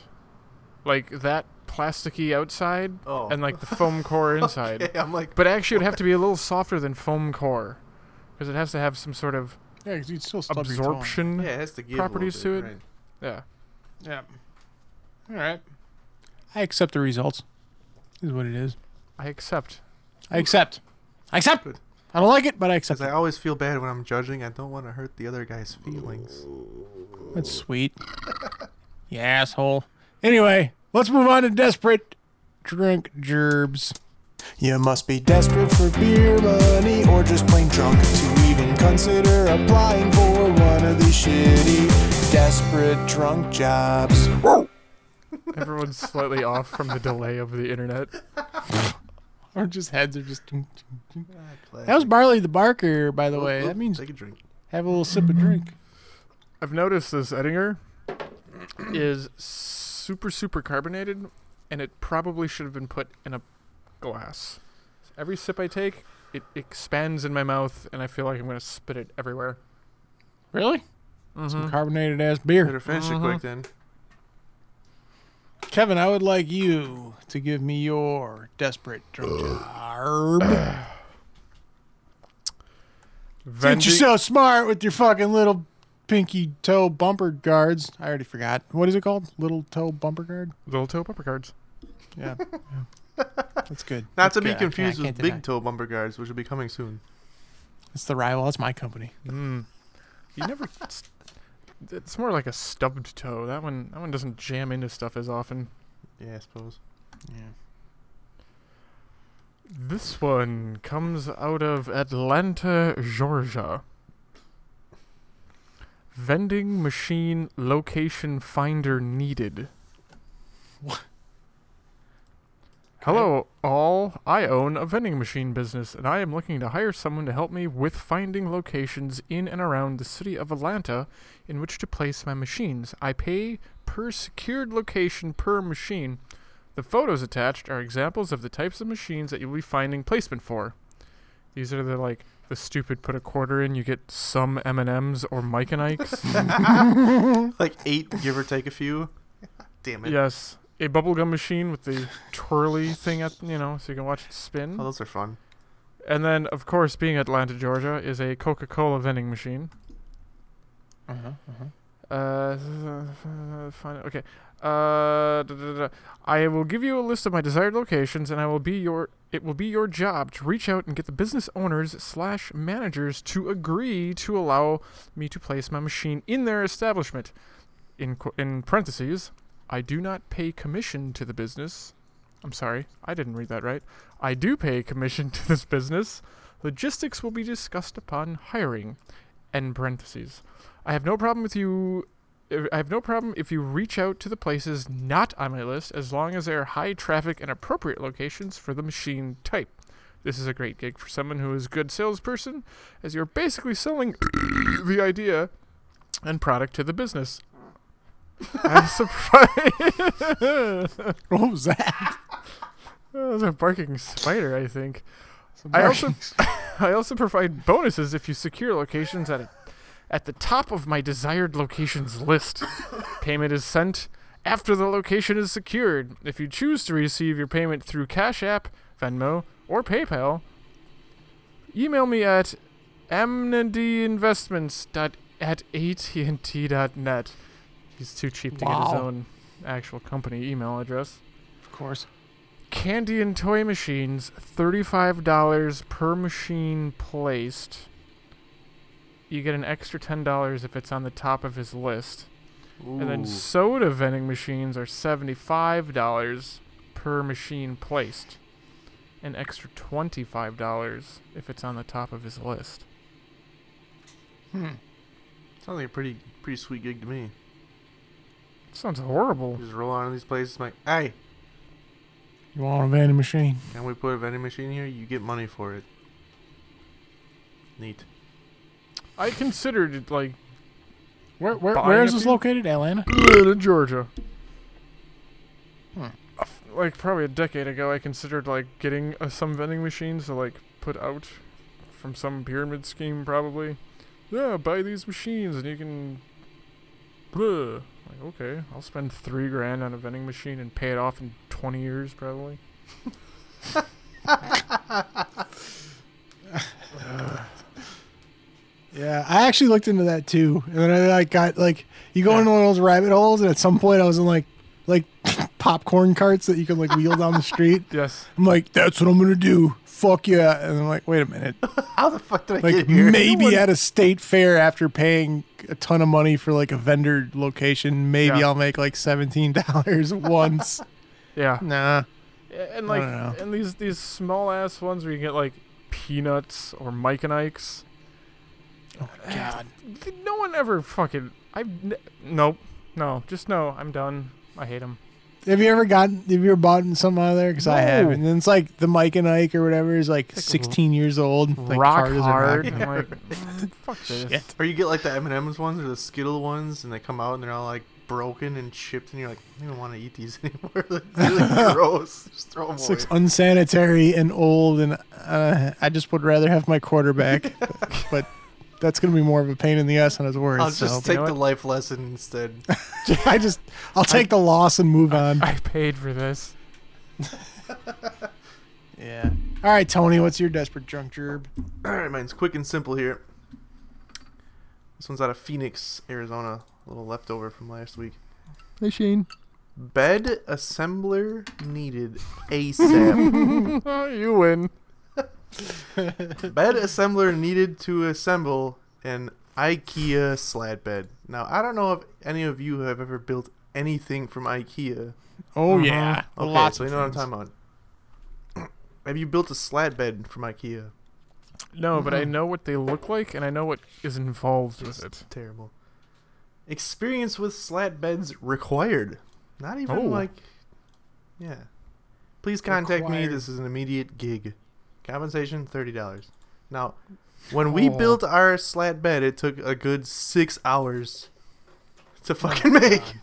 [SPEAKER 6] like that plasticky outside
[SPEAKER 5] Oh.
[SPEAKER 6] and like the foam core
[SPEAKER 5] (laughs)
[SPEAKER 6] inside.
[SPEAKER 5] Okay, I'm like,
[SPEAKER 6] But actually, it would have to be a little softer than foam core because it has to have some sort of
[SPEAKER 4] Yeah, because you'd still stub your toe.
[SPEAKER 6] absorption.
[SPEAKER 5] yeah, it has to give a little
[SPEAKER 6] properties
[SPEAKER 5] bit,
[SPEAKER 6] to it.
[SPEAKER 5] right.
[SPEAKER 6] Yeah.
[SPEAKER 4] Yeah. All right. I accept the results. Is what it is.
[SPEAKER 6] I accept.
[SPEAKER 4] I accept. I accept. I don't like it, but I accept.
[SPEAKER 5] Because I always feel bad when I'm judging. I don't want to hurt the other guy's feelings.
[SPEAKER 4] it. That's sweet. you asshole. Anyway, let's move on to desperate drunk gerbs.
[SPEAKER 8] You must be desperate for beer money or just plain drunk to even consider applying for one of these shitty desperate drunk jobs.
[SPEAKER 6] Everyone's slightly off from the delay of the internet.
[SPEAKER 4] Or just heads are just. That was
[SPEAKER 5] That
[SPEAKER 4] Barley the Barker, by the way. That means
[SPEAKER 5] take a drink.
[SPEAKER 4] have a little sip of drink.
[SPEAKER 6] I've noticed this Edinger is super, super carbonated, and it probably should have been put in a glass. Every sip I take, it expands in my mouth, and I feel like I'm going to spit it everywhere.
[SPEAKER 4] Really?
[SPEAKER 8] Mm-hmm.
[SPEAKER 4] Some carbonated ass
[SPEAKER 5] Better
[SPEAKER 4] beer.
[SPEAKER 5] finish it quick then.
[SPEAKER 4] Kevin, I would like you to give me your desperate
[SPEAKER 5] Uh.
[SPEAKER 4] drunk
[SPEAKER 5] (clears throat)
[SPEAKER 4] job. Since
[SPEAKER 6] Vendi-
[SPEAKER 4] you're so smart with your fucking little pinky toe bumper guards. I already forgot. What is it called? Little toe bumper guard?
[SPEAKER 6] Little toe bumper cards.
[SPEAKER 5] (laughs)
[SPEAKER 4] Yeah. Yeah. That's good.
[SPEAKER 5] Not to
[SPEAKER 4] That's
[SPEAKER 5] be
[SPEAKER 4] good. I
[SPEAKER 5] confused
[SPEAKER 4] can't- I
[SPEAKER 5] with
[SPEAKER 4] can't deny.
[SPEAKER 5] Big Toe Bumper Guards, which will be coming soon.
[SPEAKER 4] It's the rival. That's my company.
[SPEAKER 6] You never. (laughs) It's, it's more like a stubbed toe. That one. That one doesn't jam into stuff as often.
[SPEAKER 5] Yeah, I suppose.
[SPEAKER 6] This one comes out of Atlanta, Georgia. Vending machine location finder needed. Hello, all. I own a vending machine business, and I am looking to hire someone to help me with finding locations in and around the city of Atlanta in which to place my machines. I pay per secured location per machine. The photos attached are examples of the types of machines that you'll be finding placement for. These are the like the stupid put a quarter in you get some M and M's or Mike and Ike's.
[SPEAKER 5] Like eight, give or take a few. (laughs) Damn it.
[SPEAKER 6] yes, a bubblegum machine with the twirly thing at you know so you can watch it
[SPEAKER 5] Oh,
[SPEAKER 6] spin.
[SPEAKER 5] those are fun.
[SPEAKER 6] And then of course, being Atlanta, Georgia, is a Coca Cola vending machine.
[SPEAKER 5] Uh-huh.
[SPEAKER 6] Uh, (laughs) uh, find okay. Uh, da, da, da, da. I will give you a list of my desired locations, and I will be your. It will be your job to reach out and get the business owners slash managers to agree to allow me to place my machine in their establishment. In qu- in parentheses, I do not pay commission to the business. I'm sorry, I didn't read that right. I do pay commission (laughs) to this business. Logistics will be discussed upon hiring. End parentheses. I have no problem with you. I have no problem if you reach out to the places not on my list as long as they are high traffic and appropriate locations for the machine type. This is a great gig for someone who is a good salesperson, as you're basically selling (coughs) the idea and product to the business. I'm surprised.
[SPEAKER 4] What was that?
[SPEAKER 6] That was a barking spider, I think. I also (laughs) I also provide bonuses if you secure locations at a, at the top of my desired locations list. payment is sent after the location is secured. If you choose to receive your payment through Cash App, Venmo, or PayPal, email me at amndyinvestments at atnt.net. He's too cheap to get his
[SPEAKER 4] Wow.
[SPEAKER 6] own actual company email address.
[SPEAKER 4] Of course.
[SPEAKER 6] Candy and toy machines, thirty-five dollars per machine placed. You get an extra ten dollars if it's on the top of his list. And then soda vending machines are seventy-five dollars per machine placed. An extra twenty-five dollars if it's on the top of his list.
[SPEAKER 5] Sounds like a pretty pretty sweet gig to me.
[SPEAKER 6] Sounds horrible.
[SPEAKER 5] Just roll on to these places. like, hey,
[SPEAKER 4] You want a vending machine?
[SPEAKER 5] can we put a vending machine here? You get money for it. Neat.
[SPEAKER 6] I considered it like
[SPEAKER 4] Where, where,
[SPEAKER 6] Buying
[SPEAKER 4] where
[SPEAKER 6] a
[SPEAKER 4] is this
[SPEAKER 6] few?
[SPEAKER 4] located? Atlanta?
[SPEAKER 6] Atlanta, Georgia. Hmm. A f- Like probably a decade ago, I considered like getting uh, some vending machines to like put out from some pyramid scheme, probably. Yeah, buy these machines and you can. Blah. Like, okay, I'll spend three grand on a vending machine and pay it off in 20 years, probably.
[SPEAKER 4] Yeah, I actually looked into that too, and then I like got like you go into one of those rabbit holes, and at some point I was in like like (laughs) popcorn carts that you could like wheel down the street.
[SPEAKER 6] Yes.
[SPEAKER 4] I'm like, that's what I'm gonna do. Fuck yeah! And I'm like, wait a
[SPEAKER 6] (laughs)
[SPEAKER 4] minute,
[SPEAKER 5] How the fuck did I
[SPEAKER 4] like
[SPEAKER 5] get here? (laughs)
[SPEAKER 4] maybe at a state fair after paying a ton of money for like a vendor location, maybe
[SPEAKER 6] Yeah.
[SPEAKER 4] I'll make like seventeen dollars (laughs) once.
[SPEAKER 6] Yeah.
[SPEAKER 4] nah,
[SPEAKER 6] A- And like,
[SPEAKER 4] dunno.
[SPEAKER 6] and these these small ass ones where you get like peanuts or Mike and Ike's.
[SPEAKER 4] God,
[SPEAKER 6] Th- No one ever fucking. I n- nope. No, just no. I'm done. I hate them.
[SPEAKER 4] have you ever gotten have you ever bought something out of there? Because I
[SPEAKER 6] No.
[SPEAKER 4] haven't. And it's like the Mike and Ike or whatever is like sixteen years old. Like
[SPEAKER 6] Rock
[SPEAKER 4] cars are
[SPEAKER 6] hard.
[SPEAKER 4] rock- (laughs)
[SPEAKER 6] I'm like, mm, fuck this.
[SPEAKER 4] Shit.
[SPEAKER 5] Or you get like the M and M's ones or the Skittle ones, and they come out and they're all like broken and chipped, and you're like, I don't even want to eat these (laughs) anymore. like, they're
[SPEAKER 6] (laughs)
[SPEAKER 5] like gross. Just throw them
[SPEAKER 4] It's
[SPEAKER 5] away.
[SPEAKER 4] looks unsanitary and old, and uh, I just would rather have my
[SPEAKER 5] (laughs)
[SPEAKER 4] quarterback. but that's gonna be more of a pain in the ass than it's worth.
[SPEAKER 5] I'll
[SPEAKER 4] so.
[SPEAKER 5] just (laughs) take
[SPEAKER 6] know
[SPEAKER 5] the
[SPEAKER 6] what?
[SPEAKER 5] life lesson instead.
[SPEAKER 6] (laughs)
[SPEAKER 4] I just I'll take the loss and move on.
[SPEAKER 6] I paid for this.
[SPEAKER 4] Yeah. All right, Tony, what's your desperate drunk gerb?
[SPEAKER 5] all right, mine's quick and simple here. This one's out of Phoenix, Arizona. A little leftover from last week.
[SPEAKER 4] Hey, Shane.
[SPEAKER 5] Bed assembler needed
[SPEAKER 6] (laughs)
[SPEAKER 5] ASAP.
[SPEAKER 6] you win.
[SPEAKER 5] bed assembler needed to assemble an IKEA slat bed. Now, I don't know if any of you have ever built anything from IKEA.
[SPEAKER 4] Oh
[SPEAKER 6] Uh-huh.
[SPEAKER 4] yeah.
[SPEAKER 5] Okay,
[SPEAKER 4] Lots
[SPEAKER 5] so
[SPEAKER 4] of
[SPEAKER 5] you know what
[SPEAKER 4] things.
[SPEAKER 5] I'm talking about. (clears throat) Have you built a slat bed from IKEA?
[SPEAKER 6] No,
[SPEAKER 4] Uh-huh.
[SPEAKER 6] but I know what they look like and I know what is involved with it.
[SPEAKER 5] Terrible. Experience with slat beds required. Not even
[SPEAKER 6] Oh.
[SPEAKER 5] like, yeah. Please contact me.
[SPEAKER 4] Required.
[SPEAKER 5] This is an immediate gig. Compensation thirty dollars. Now, when we
[SPEAKER 6] Oh.
[SPEAKER 5] built our slat bed, it took a good six hours to fucking make.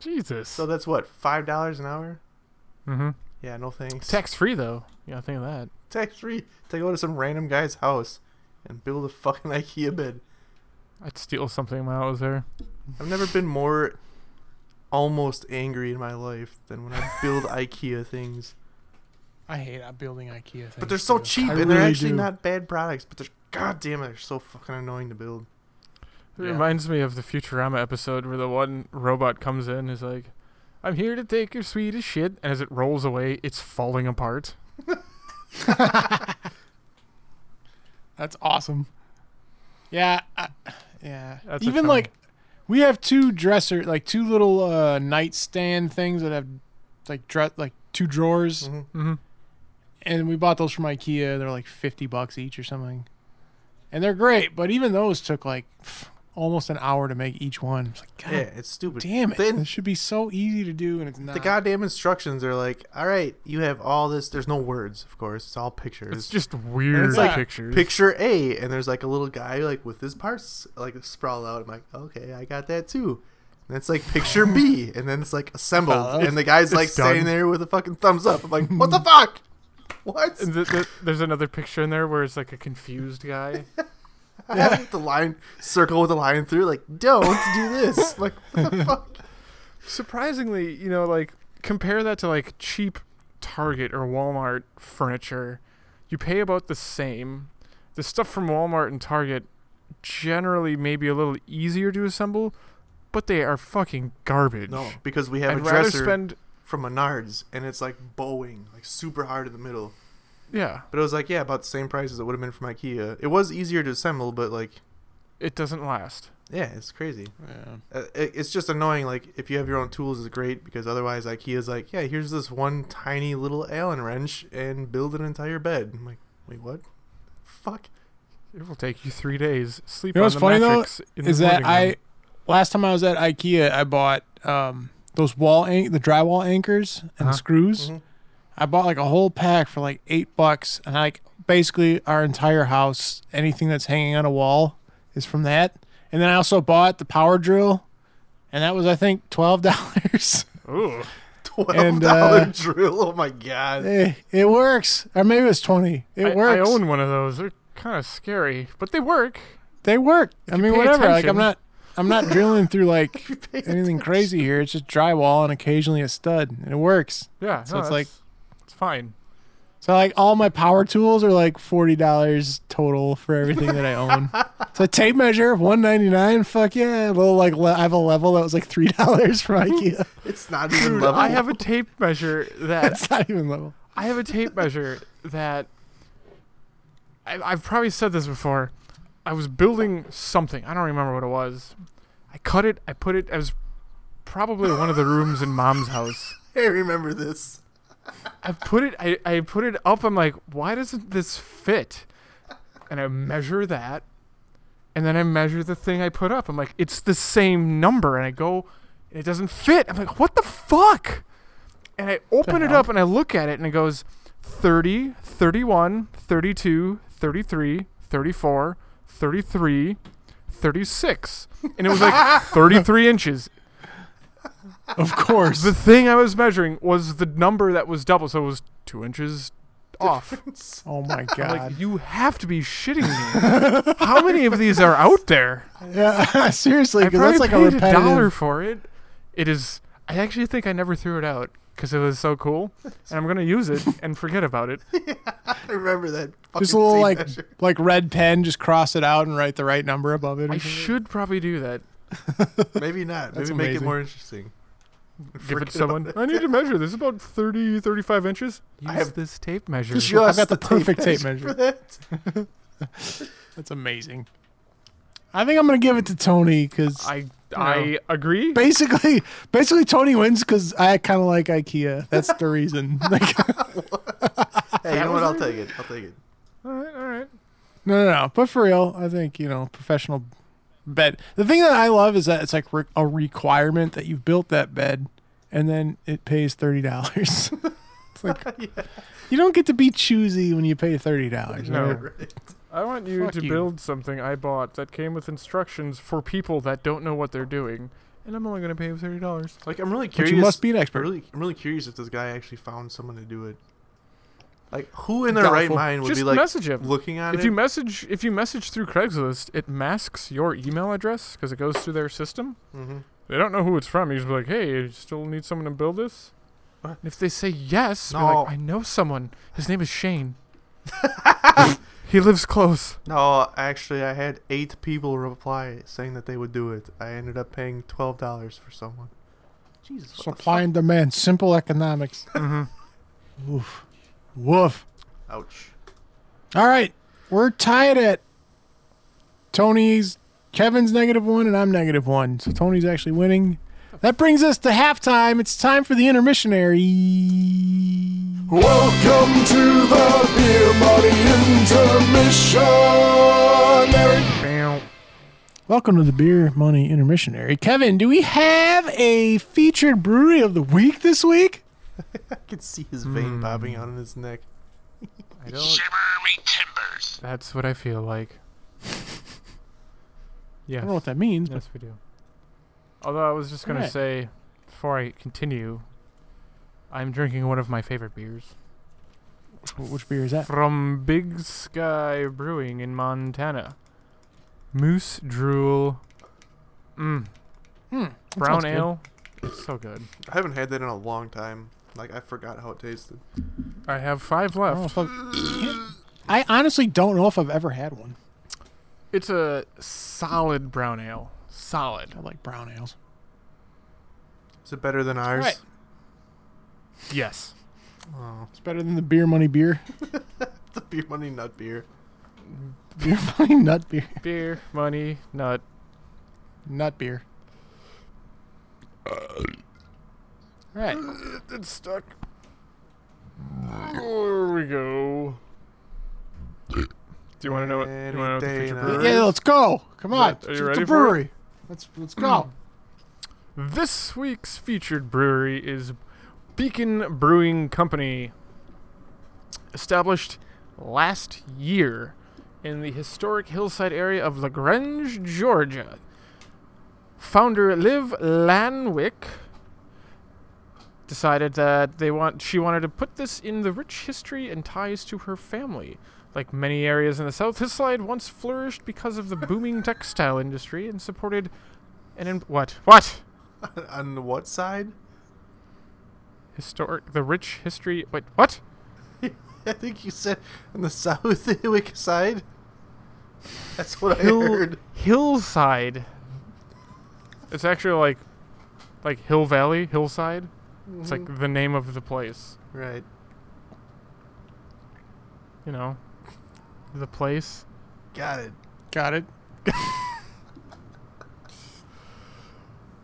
[SPEAKER 6] Jesus.
[SPEAKER 5] So that's what five dollars an hour.
[SPEAKER 6] mm-hmm.
[SPEAKER 5] Yeah, no thanks.
[SPEAKER 6] Tax free though. You gotta think of that.
[SPEAKER 5] tax free to go to some random guy's house and build a fucking (laughs) IKEA bed.
[SPEAKER 6] I'd steal something when I was there.
[SPEAKER 5] I've never been more almost angry in my life than when I (laughs) build IKEA things.
[SPEAKER 4] I hate uh, building IKEA things.
[SPEAKER 5] But they're so
[SPEAKER 4] too.
[SPEAKER 5] cheap
[SPEAKER 4] I
[SPEAKER 5] and they're
[SPEAKER 4] really
[SPEAKER 5] actually
[SPEAKER 4] do.
[SPEAKER 5] not bad products, but they're goddamn it, they're so fucking annoying to build.
[SPEAKER 6] It reminds me of the Futurama episode where the one robot comes in and is like, I'm here to take your sweetest shit. And as it rolls away, it's falling apart.
[SPEAKER 4] That's awesome. Yeah, I, yeah.
[SPEAKER 6] That's a
[SPEAKER 4] Even
[SPEAKER 6] ton.
[SPEAKER 4] like, we have two dresser, like two little uh, nightstand things that have like dre- like two drawers,
[SPEAKER 6] Mhm.
[SPEAKER 4] and we bought those from IKEA. They're like fifty bucks each or something, and they're great. But even those took like pff, almost an hour to make each one. It's like, God
[SPEAKER 5] Yeah, it's stupid.
[SPEAKER 4] Uh, damn it!
[SPEAKER 5] Then
[SPEAKER 4] this should be so easy to do, and it's not.
[SPEAKER 5] the goddamn instructions are like, all right, you have all this. There's no words, of course. It's all pictures.
[SPEAKER 6] It's just weird
[SPEAKER 4] like
[SPEAKER 6] pictures.
[SPEAKER 5] picture A, and there's like a little guy like with his parts like sprawled out. I'm like, okay, I got that too. And it's like picture B, and then it's like assembled, and the guy's like standing there with a fucking thumbs up. I'm like, what the fuck? What?
[SPEAKER 6] And th- th- there's another picture in there where it's like a confused guy.
[SPEAKER 5] the line circle with a line through, like, don't do
[SPEAKER 6] (laughs)
[SPEAKER 5] this. I'm like, what the fuck?
[SPEAKER 6] (laughs) surprisingly, you know, like compare that to like cheap Target or Walmart furniture, you pay about the same. The stuff from Walmart and Target generally maybe a little easier to assemble, but they are fucking garbage.
[SPEAKER 5] No, because we have
[SPEAKER 6] I'd
[SPEAKER 5] a
[SPEAKER 6] rather
[SPEAKER 5] dresser
[SPEAKER 6] spend
[SPEAKER 5] from Menards, and it's like bowing, like super hard in the middle.
[SPEAKER 6] yeah.
[SPEAKER 5] But it was like, yeah, about the same price as it would have been from IKEA. It was easier to assemble, but like,
[SPEAKER 6] It doesn't last.
[SPEAKER 5] Yeah, it's crazy. Uh, it- it's just annoying. Like if you have your own tools, it's great because otherwise IKEA's like, yeah, here's this one tiny little Allen wrench and build an entire bed. I'm like, wait, what? Fuck. (laughs)
[SPEAKER 6] It will take you three days. Sleep
[SPEAKER 4] You know
[SPEAKER 6] on
[SPEAKER 4] what's
[SPEAKER 6] the
[SPEAKER 4] funny though
[SPEAKER 6] mattress in the
[SPEAKER 4] is that
[SPEAKER 6] living
[SPEAKER 4] I
[SPEAKER 6] room.
[SPEAKER 4] last time I was at IKEA I bought um, those wall an- the drywall anchors and
[SPEAKER 6] Uh-huh.
[SPEAKER 4] screws.
[SPEAKER 6] Mm-hmm.
[SPEAKER 4] I bought like a whole pack for like eight bucks, and like basically our entire house, anything that's hanging on a wall is from that. And then I also bought the power drill, and that was I think twelve dollars. (laughs)
[SPEAKER 6] Ooh.
[SPEAKER 5] Twelve
[SPEAKER 4] And,
[SPEAKER 5] dollar
[SPEAKER 4] uh,
[SPEAKER 5] drill. Oh
[SPEAKER 4] (laughs)
[SPEAKER 5] my god.
[SPEAKER 4] it, it works, or maybe it's twenty. It
[SPEAKER 6] I, I
[SPEAKER 4] works.
[SPEAKER 6] own one of those. They're kind of scary, but they work.
[SPEAKER 4] they work. I mean,
[SPEAKER 6] pay
[SPEAKER 4] whatever. Like
[SPEAKER 6] attention.
[SPEAKER 4] I'm not. I'm not drilling through
[SPEAKER 6] (laughs)
[SPEAKER 4] like anything crazy here. It's just drywall and occasionally a stud, and it works.
[SPEAKER 6] Yeah.
[SPEAKER 4] So
[SPEAKER 6] no,
[SPEAKER 4] it's
[SPEAKER 6] that's-
[SPEAKER 4] like-
[SPEAKER 6] it's fine.
[SPEAKER 4] So like all my power tools are like forty dollars total for everything that I
[SPEAKER 6] (laughs)
[SPEAKER 4] own. so tape measure one ninety nine. Fuck yeah! A little like le- I have a level that was like three (laughs) dollars from
[SPEAKER 6] (laughs)
[SPEAKER 4] IKEA.
[SPEAKER 5] It's not even
[SPEAKER 6] Dude,
[SPEAKER 5] level.
[SPEAKER 6] I
[SPEAKER 4] (laughs)
[SPEAKER 6] have a tape measure that
[SPEAKER 4] That's not even level.
[SPEAKER 6] I have a tape measure that I, I've probably said this before. I was building something. I don't remember what it was. I cut it. I put it. I was probably one of the rooms in mom's house.
[SPEAKER 5] (laughs) I remember this.
[SPEAKER 6] I put it. I, I put it up. I'm like, why doesn't this fit? And I measure that, and then I measure the thing I put up. I'm like, it's the same number, and I go, and it doesn't fit. I'm like, what the fuck? And I open it up and I look at it, and it goes 30, 31, 32, 33, 34, 33, 36, and it was like 33 inches.
[SPEAKER 4] Of course.
[SPEAKER 6] The thing I was measuring was the number that was double, so it was
[SPEAKER 4] (laughs)
[SPEAKER 6] two inches off.
[SPEAKER 4] oh
[SPEAKER 6] (laughs)
[SPEAKER 4] my god.
[SPEAKER 6] Like you have to be shitting me. How many of these are
[SPEAKER 4] (laughs)
[SPEAKER 6] out there?
[SPEAKER 4] yeah, seriously,
[SPEAKER 6] I
[SPEAKER 4] because
[SPEAKER 6] probably
[SPEAKER 4] that's like a
[SPEAKER 6] paid a
[SPEAKER 4] repetitive.
[SPEAKER 6] dollar for it. It is. I actually think I never threw it out because it was so cool, and I'm gonna use it and forget
[SPEAKER 4] (laughs)
[SPEAKER 6] about it.
[SPEAKER 5] I remember that.
[SPEAKER 4] Just a
[SPEAKER 5] fucking
[SPEAKER 4] little
[SPEAKER 5] tape
[SPEAKER 4] like
[SPEAKER 5] measure.
[SPEAKER 4] like red pen. Just cross it out and write the right number above it. or
[SPEAKER 6] I
[SPEAKER 4] something.
[SPEAKER 6] should probably do that.
[SPEAKER 5] Maybe not. Maybe
[SPEAKER 4] That's
[SPEAKER 5] make it
[SPEAKER 4] amazing.
[SPEAKER 5] more interesting.
[SPEAKER 6] Give it to someone. I need to measure this. About 30, 35 inches. Use
[SPEAKER 5] have-
[SPEAKER 6] this tape measure.
[SPEAKER 4] I've got the, perfect tape measure. (laughs)
[SPEAKER 5] For that.
[SPEAKER 4] That's amazing. I think I'm gonna give it to Tony because
[SPEAKER 6] I I agree.
[SPEAKER 4] basically, basically Tony wins because I kind of like IKEA. That's the reason. (laughs) Like,
[SPEAKER 5] (laughs) Hey, you know what? I'll take it. I'll take it.
[SPEAKER 6] All right, all right.
[SPEAKER 4] no, no, no. But for real, I think you know professional bed. The thing that I love is that it's like re- a requirement that you've built that bed, and then it pays thirty dollars. (laughs) it's like you don't get to be choosy when you pay thirty dollars.
[SPEAKER 6] No.
[SPEAKER 5] Right.
[SPEAKER 6] I want you
[SPEAKER 4] Fuck
[SPEAKER 6] to
[SPEAKER 4] you.
[SPEAKER 6] build something I bought that came with instructions for people that don't know what they're doing, and I'm only gonna pay thirty dollars.
[SPEAKER 5] Like I'm really
[SPEAKER 4] But
[SPEAKER 5] curious.
[SPEAKER 4] you must be an
[SPEAKER 5] I'm
[SPEAKER 4] expert.
[SPEAKER 5] really, I'm really curious if this guy actually found someone to do it. Like, who in their right
[SPEAKER 4] Doubtful.
[SPEAKER 5] mind would
[SPEAKER 6] Just
[SPEAKER 5] be like
[SPEAKER 6] message him.
[SPEAKER 5] looking at
[SPEAKER 6] If
[SPEAKER 5] it?
[SPEAKER 6] you message if you message through Craigslist, it masks your email address because it goes through their system.
[SPEAKER 5] Mhm.
[SPEAKER 6] They don't know who it's from. You just be like, "Hey, you still need someone to build this?"
[SPEAKER 5] What?
[SPEAKER 6] And if they say yes, be
[SPEAKER 5] No.
[SPEAKER 6] like, "I know someone. His name is Shane. he lives close."
[SPEAKER 5] no, actually, I had eight people reply saying that they would do it. I ended up paying twelve dollars for someone. Jesus. what the
[SPEAKER 4] Supply and demand, simple economics. Woof, woof.
[SPEAKER 5] fuck? Ouch.
[SPEAKER 4] All right, we're tied at Tony's, Kevin's negative one, and I'm negative one. So Tony's actually winning. That brings us to halftime. It's time for the intermissionary.
[SPEAKER 8] Welcome to the Beer Money Intermissionary.
[SPEAKER 4] Welcome to the beer money intermissionary. Kevin, do we have a featured brewery of the week this week?
[SPEAKER 5] I can see his vein
[SPEAKER 4] Hmm.
[SPEAKER 5] popping out in his neck.
[SPEAKER 6] I don't.
[SPEAKER 1] timbers.
[SPEAKER 6] That's what I feel like. (laughs)
[SPEAKER 4] I
[SPEAKER 6] Yeah.
[SPEAKER 4] don't know what that means, but
[SPEAKER 6] Yes, we do. Although I was just gonna
[SPEAKER 4] Alright.
[SPEAKER 6] say, before I continue, I'm drinking one of my favorite beers
[SPEAKER 4] which beer is that?
[SPEAKER 6] from Big Sky Brewing in Montana. Moose Drool. Mm. Brown
[SPEAKER 4] Hmm. sounds good.
[SPEAKER 6] ale. It's so good.
[SPEAKER 5] I haven't had that in a long time. Like I forgot how it tasted.
[SPEAKER 6] I have five
[SPEAKER 4] I, don't know
[SPEAKER 6] left.
[SPEAKER 4] if I've- I honestly don't know if I've ever had one.
[SPEAKER 6] It's a solid brown ale. Solid.
[SPEAKER 4] I like brown ales.
[SPEAKER 5] Is it better than ours?
[SPEAKER 4] right.
[SPEAKER 6] Yes.
[SPEAKER 4] It's better than the beer money beer.
[SPEAKER 5] (laughs)
[SPEAKER 4] (laughs)
[SPEAKER 5] The beer money nut beer.
[SPEAKER 4] Beer money nut beer.
[SPEAKER 6] Beer, money, nut.
[SPEAKER 4] Nut beer. All right.
[SPEAKER 6] It's stuck. There we go. Do you want to know what? You
[SPEAKER 5] Any
[SPEAKER 6] want to know what the
[SPEAKER 5] day
[SPEAKER 6] feature
[SPEAKER 5] now.
[SPEAKER 6] brewery?
[SPEAKER 4] Yeah, let's go. Come on.
[SPEAKER 6] Are you
[SPEAKER 4] It's
[SPEAKER 6] ready
[SPEAKER 4] a
[SPEAKER 6] for it?
[SPEAKER 4] brewery. Let's let's go.
[SPEAKER 6] This week's featured brewery is Beacon Brewing Company, established last year in the historic hillside area of LaGrange, Georgia. Founder Liv Lanwick decided that they want she wanted to put this in the rich history and ties to her family. Like many areas in the South, hillside once flourished because of the booming textile industry and supported And in what? What?
[SPEAKER 5] On the what side?
[SPEAKER 6] Historic. The rich history. Wait, what?
[SPEAKER 5] (laughs) I think you said on the Southwick side. That's what I
[SPEAKER 6] Hill,
[SPEAKER 5] heard.
[SPEAKER 6] hillside. It's actually like, like Hill Valley, hillside. It's like the name of the place.
[SPEAKER 5] Right.
[SPEAKER 6] You know, the place.
[SPEAKER 5] Got it.
[SPEAKER 4] (clears throat) Got it.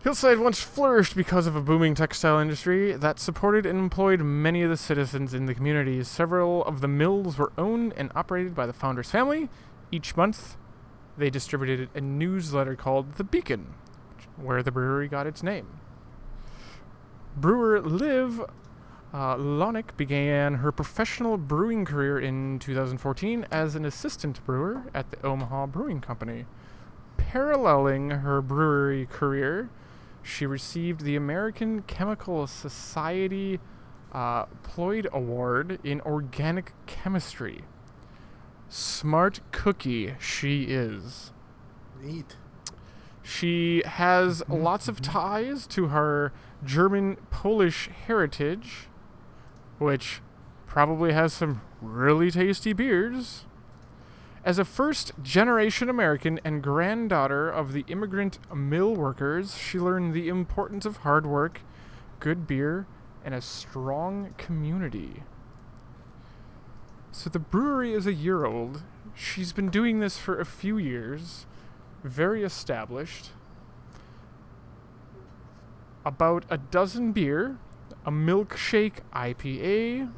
[SPEAKER 6] Hillside once flourished because of a booming textile industry that supported and employed many of the citizens in the community. Several of the mills were owned and operated by the founder's family. Each month, they distributed a newsletter called The Beacon, where the brewery got its name. Brewer Liv uh, Lonick began her professional brewing career in 2014 as an assistant brewer at the Omaha Brewing Company. Paralleling her brewery career, she received the American Chemical Society uh, Ployd Award in Organic Chemistry. Smart cookie she is.
[SPEAKER 5] Neat.
[SPEAKER 6] She has lots of ties to her German Polish heritage, which probably has some really tasty beers. As a first generation American and granddaughter of the immigrant mill workers, she learned the importance of hard work, good beer, and a strong community. So the brewery is a year old. She's been doing this for a few years very established. About a dozen beer, a milkshake IPA,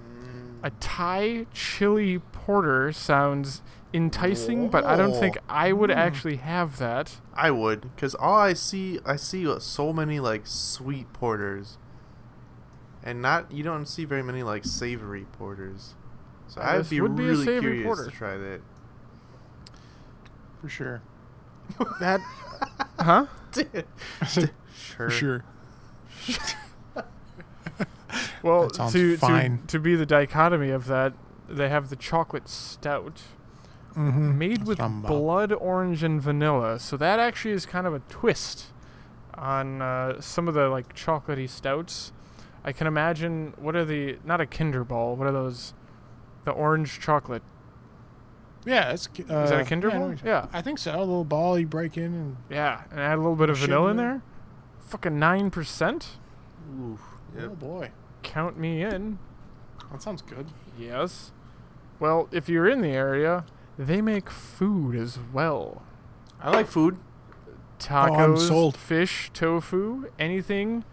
[SPEAKER 6] a Thai chili porter sounds enticing, but I don't think I would actually have that.
[SPEAKER 5] I would, because all I see, I see uh, so many like sweet porters, and not you don't see very many like savory porters. So
[SPEAKER 6] Yeah,
[SPEAKER 5] I'd
[SPEAKER 6] this
[SPEAKER 5] be
[SPEAKER 6] would be a
[SPEAKER 5] really
[SPEAKER 6] savory
[SPEAKER 5] curious
[SPEAKER 6] porter.
[SPEAKER 5] to try that.
[SPEAKER 4] For sure.
[SPEAKER 6] That, (laughs) huh?
[SPEAKER 5] (laughs) Sure.
[SPEAKER 4] Sure.
[SPEAKER 6] Well,
[SPEAKER 4] That sounds
[SPEAKER 6] to,
[SPEAKER 4] fine.
[SPEAKER 6] to to be the dichotomy of that, they have the chocolate stout
[SPEAKER 4] Mm-hmm.
[SPEAKER 6] made with
[SPEAKER 4] what I'm about.
[SPEAKER 6] blood orange and vanilla. So that actually is kind of a twist on uh, some of the like chocolatey stouts. I can imagine what are the not a Kinder Ball? What are those? The orange chocolate.
[SPEAKER 4] Yeah, that's. Uh,
[SPEAKER 6] Is that a Kinder
[SPEAKER 4] yeah, I know
[SPEAKER 6] Ball?
[SPEAKER 4] what you're-
[SPEAKER 6] Yeah,
[SPEAKER 4] I think so. A little ball you break in and
[SPEAKER 6] yeah, and add a little bit of
[SPEAKER 4] Shit,
[SPEAKER 6] vanilla in
[SPEAKER 4] yeah.
[SPEAKER 6] there. Fucking nine percent.
[SPEAKER 5] Oof. Yep.
[SPEAKER 4] oh boy,
[SPEAKER 6] Count me in.
[SPEAKER 4] that sounds good.
[SPEAKER 6] Yes. Well, if you're in the area, they make food as well.
[SPEAKER 5] I like food.
[SPEAKER 6] Tacos,
[SPEAKER 4] Oh, I'm sold.
[SPEAKER 6] fish, tofu, anything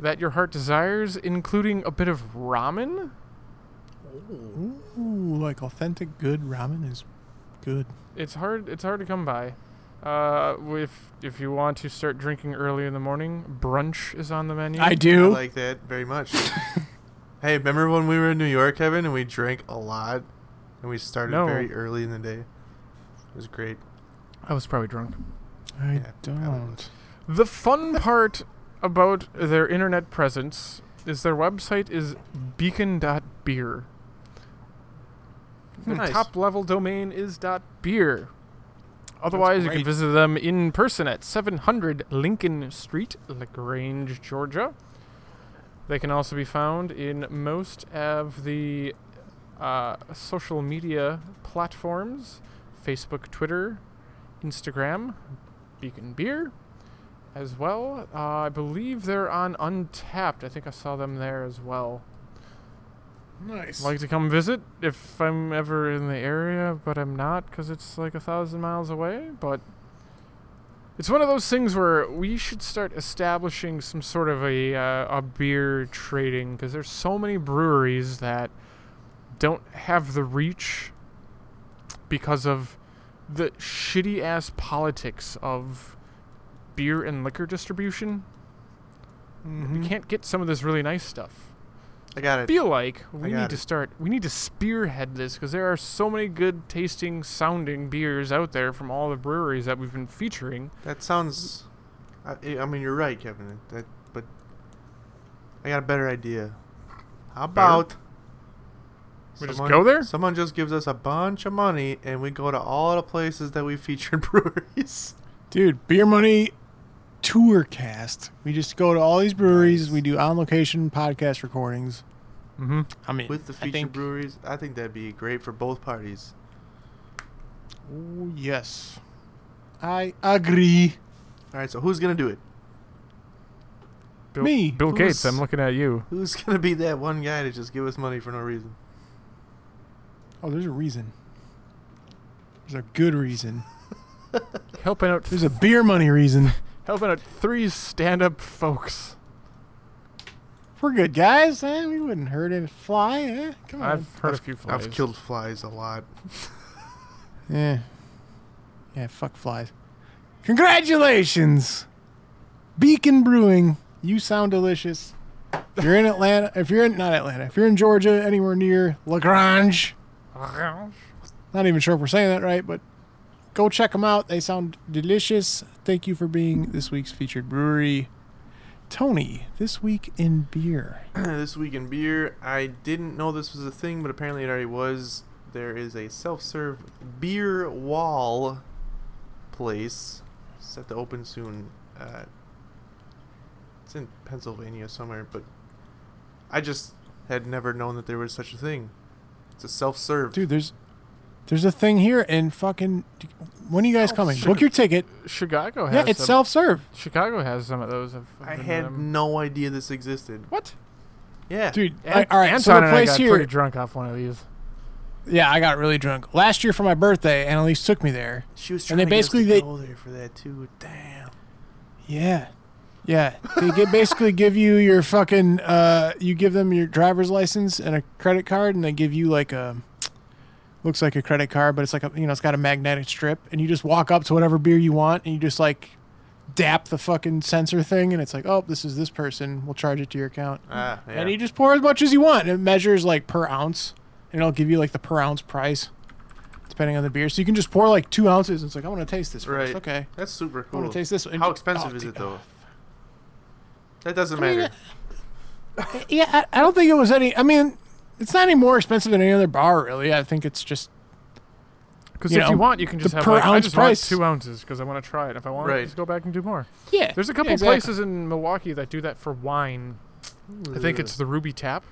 [SPEAKER 6] that your heart desires, including a bit of ramen.
[SPEAKER 4] Ooh, like authentic good ramen is good.
[SPEAKER 6] It's hard. It's hard to come by. Uh, if if you want to start drinking early in the morning, brunch is on the menu.
[SPEAKER 4] I
[SPEAKER 5] I
[SPEAKER 4] do.
[SPEAKER 5] like that very much.
[SPEAKER 6] (laughs)
[SPEAKER 5] hey, remember when we were in New York, Kevin, and we drank a lot, and we started
[SPEAKER 6] No.
[SPEAKER 5] very early in the day. It was great.
[SPEAKER 6] I was probably drunk.
[SPEAKER 4] I
[SPEAKER 5] Yeah,
[SPEAKER 6] Mm.
[SPEAKER 5] probably
[SPEAKER 4] don't.
[SPEAKER 5] was.
[SPEAKER 6] The fun part about their internet presence is their website is beacon.beer. The
[SPEAKER 5] Nice.
[SPEAKER 6] top level domain is .beer. Otherwise, you can
[SPEAKER 4] great.
[SPEAKER 6] visit them in person at 700 Lincoln Street, LaGrange, Georgia. They can also be found in most of the uh, social media platforms Facebook, Twitter, Instagram, Beacon Beer as well. Uh, I believe they're on Untapped. I think I saw them there as well.
[SPEAKER 4] Nice.
[SPEAKER 6] Like to come visit if I'm ever in the area, but I'm not because it's like a thousand miles away. But it's one of those things where we should start establishing some sort of a uh, a beer trading because there's so many breweries that don't have the reach because of the shitty ass politics of beer and liquor distribution.
[SPEAKER 4] Mm-hmm.
[SPEAKER 6] We can't get some of this really nice stuff
[SPEAKER 5] I got it.
[SPEAKER 6] Mm-hmm. feel like we
[SPEAKER 5] got
[SPEAKER 6] need to
[SPEAKER 5] it.
[SPEAKER 6] start we need to spearhead this because there are so many good tasting sounding beers out there from all the breweries that we've been featuring
[SPEAKER 5] That sounds. I, I mean, you're right, Kevin. That, but I got a better idea. How about
[SPEAKER 6] We just go there?
[SPEAKER 5] Someone just gives us a bunch of money, (laughs) and we go to all the places that we featured breweries.
[SPEAKER 4] Dude, beer money tour cast. We just go to all these breweries. We do on location podcast recordings. Mm-hmm. I mean,
[SPEAKER 5] With the
[SPEAKER 4] I
[SPEAKER 5] feature
[SPEAKER 4] think-
[SPEAKER 5] breweries, I think that'd be great for both parties.
[SPEAKER 4] Ooh, yes, I agree.
[SPEAKER 5] All right, so who's gonna do it?
[SPEAKER 6] Bill,
[SPEAKER 4] Me.
[SPEAKER 6] Bill Gates,
[SPEAKER 5] Who's-
[SPEAKER 6] I'm looking at you.
[SPEAKER 5] Who's gonna be that one guy to just give us money for no reason?
[SPEAKER 4] Oh, there's a reason. There's a good reason.
[SPEAKER 6] Helping out
[SPEAKER 4] There's a beer money reason.
[SPEAKER 6] helping out three stand up folks.
[SPEAKER 4] We're good guys. Eh? We wouldn't hurt it fly. Eh? Come on.
[SPEAKER 6] I've heard a few flies.
[SPEAKER 5] I've killed flies a lot. (clears throat)
[SPEAKER 4] Yeah. Eh. Yeah, fuck flies. Congratulations! Beacon Brewing. You sound delicious. If you're in Atlanta, if you're in, not Atlanta, if you're in Georgia, anywhere near LaGrange, not even sure if we're saying that right, but go check them out. They sound delicious. Thank you for being this week's featured brewery. Tony, this week in beer.
[SPEAKER 5] this week in beer, I didn't know this was a thing, but apparently it already was. There is a self-serve beer wall place set to open soon. Uh, it's in Pennsylvania somewhere, but I just had never known that there was such a thing. It's a self-serve.
[SPEAKER 4] Dude, there's there's a thing here and fucking when are you guys coming? Book your ticket.
[SPEAKER 6] Chicago has
[SPEAKER 4] Yeah, it's
[SPEAKER 6] some.
[SPEAKER 4] self serve.
[SPEAKER 6] Chicago has some of those. I've, I've
[SPEAKER 5] I
[SPEAKER 6] been to
[SPEAKER 5] had
[SPEAKER 6] them.
[SPEAKER 5] no idea this existed.
[SPEAKER 6] what?
[SPEAKER 5] Yeah,
[SPEAKER 4] Dude,
[SPEAKER 6] An-
[SPEAKER 4] all right,
[SPEAKER 6] Anton
[SPEAKER 4] so
[SPEAKER 6] and
[SPEAKER 4] the
[SPEAKER 6] I
[SPEAKER 4] place
[SPEAKER 6] got
[SPEAKER 4] here.
[SPEAKER 6] pretty drunk off one of these.
[SPEAKER 4] Yeah, I got really drunk last year for my birthday. Annalise took me there.
[SPEAKER 5] she was trying
[SPEAKER 4] and they
[SPEAKER 5] to get us to
[SPEAKER 4] basically- they-
[SPEAKER 5] go there for that too. Damn.
[SPEAKER 4] Yeah, yeah. They get, basically give you your fucking. Uh, you give them your driver's license and a credit card, and they give you like a. Looks like a credit card, but it's like a you know it's got a magnetic strip, and you just walk up to whatever beer you want, and you just like, dap the fucking sensor thing, and it's like, oh, this is this person. We'll charge it to your account.
[SPEAKER 5] Ah, yeah.
[SPEAKER 4] And you just pour as much as you want. It measures like per ounce, and it'll give you like the per ounce price, depending on the beer. So you can just pour like two ounces. And it's like I want to taste this first.
[SPEAKER 5] Right.
[SPEAKER 4] Okay.
[SPEAKER 5] That's
[SPEAKER 4] I
[SPEAKER 5] super cool.
[SPEAKER 4] want to taste this. one.
[SPEAKER 5] How expensive
[SPEAKER 4] Oh,
[SPEAKER 5] is
[SPEAKER 4] dude.
[SPEAKER 5] it though? That doesn't
[SPEAKER 4] I mean,
[SPEAKER 5] matter.
[SPEAKER 4] uh, yeah, I, I don't think it was any. I mean, it's not any more expensive than any other bar, really. I think it's just
[SPEAKER 6] Because
[SPEAKER 4] You
[SPEAKER 6] if
[SPEAKER 4] know,
[SPEAKER 6] you want, you can
[SPEAKER 4] the
[SPEAKER 6] just have
[SPEAKER 4] per
[SPEAKER 6] like, I
[SPEAKER 4] ounce
[SPEAKER 6] just
[SPEAKER 4] price.
[SPEAKER 6] want two ounces because I want to try it. If I want,
[SPEAKER 5] Right.
[SPEAKER 6] to just go back and do more.
[SPEAKER 4] yeah.
[SPEAKER 6] There's a couple
[SPEAKER 4] yeah, exactly.
[SPEAKER 6] places in Milwaukee that do that for wine. I think it's the Ruby Tap.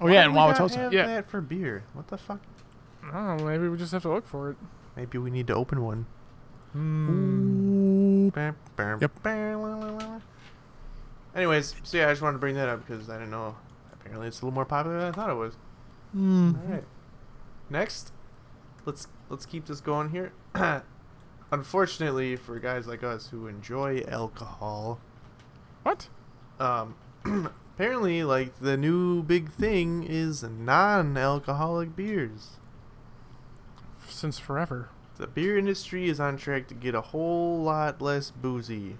[SPEAKER 4] Oh yeah, in
[SPEAKER 5] Why do we not
[SPEAKER 4] Wauwatosa.
[SPEAKER 5] have
[SPEAKER 6] Yeah.
[SPEAKER 5] that for beer. What the fuck?
[SPEAKER 6] I don't know. Maybe we just have to look for it.
[SPEAKER 5] Maybe we need to open one.
[SPEAKER 4] Hmm.
[SPEAKER 5] Yep. Anyways, so yeah, I just wanted to bring that up because I didn't know. Apparently, it's a little more popular than I thought it was.
[SPEAKER 4] Hmm.
[SPEAKER 5] All right. Next, let's let's keep this going here. (clears throat) Unfortunately, for guys like us who enjoy alcohol,
[SPEAKER 6] What?
[SPEAKER 5] um, (clears throat) apparently, like the new big thing is non-alcoholic beers.
[SPEAKER 6] Since forever.
[SPEAKER 5] The beer industry is on track to get a whole lot less boozy.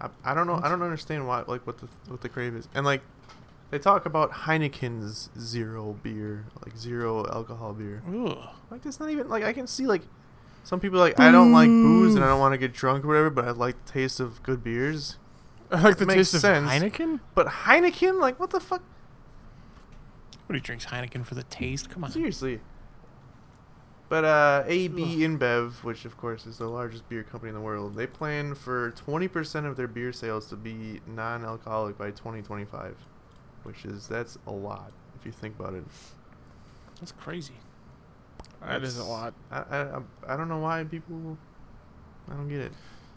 [SPEAKER 5] I, I don't know. I don't understand why. Like what the what the crave is, and like they talk about Heineken's zero beer, like zero alcohol beer. Like that's not even like I can see like some people are like I don't like booze and I don't want to get drunk or whatever, but I like the taste of good beers.
[SPEAKER 6] I like the
[SPEAKER 5] Makes
[SPEAKER 6] taste of
[SPEAKER 5] sense.
[SPEAKER 6] Heineken.
[SPEAKER 5] But Heineken, like what the fuck?
[SPEAKER 4] What he drinks Heineken for the taste? Come on.
[SPEAKER 5] Seriously. But uh, AB InBev, which of course is the largest beer company in the world, they plan for 20% of their beer sales to be non-alcoholic by 2025, which is that's a lot if you think about it.
[SPEAKER 4] That's crazy.
[SPEAKER 6] That is a lot.
[SPEAKER 5] I I, I don't know why people. I don't get it.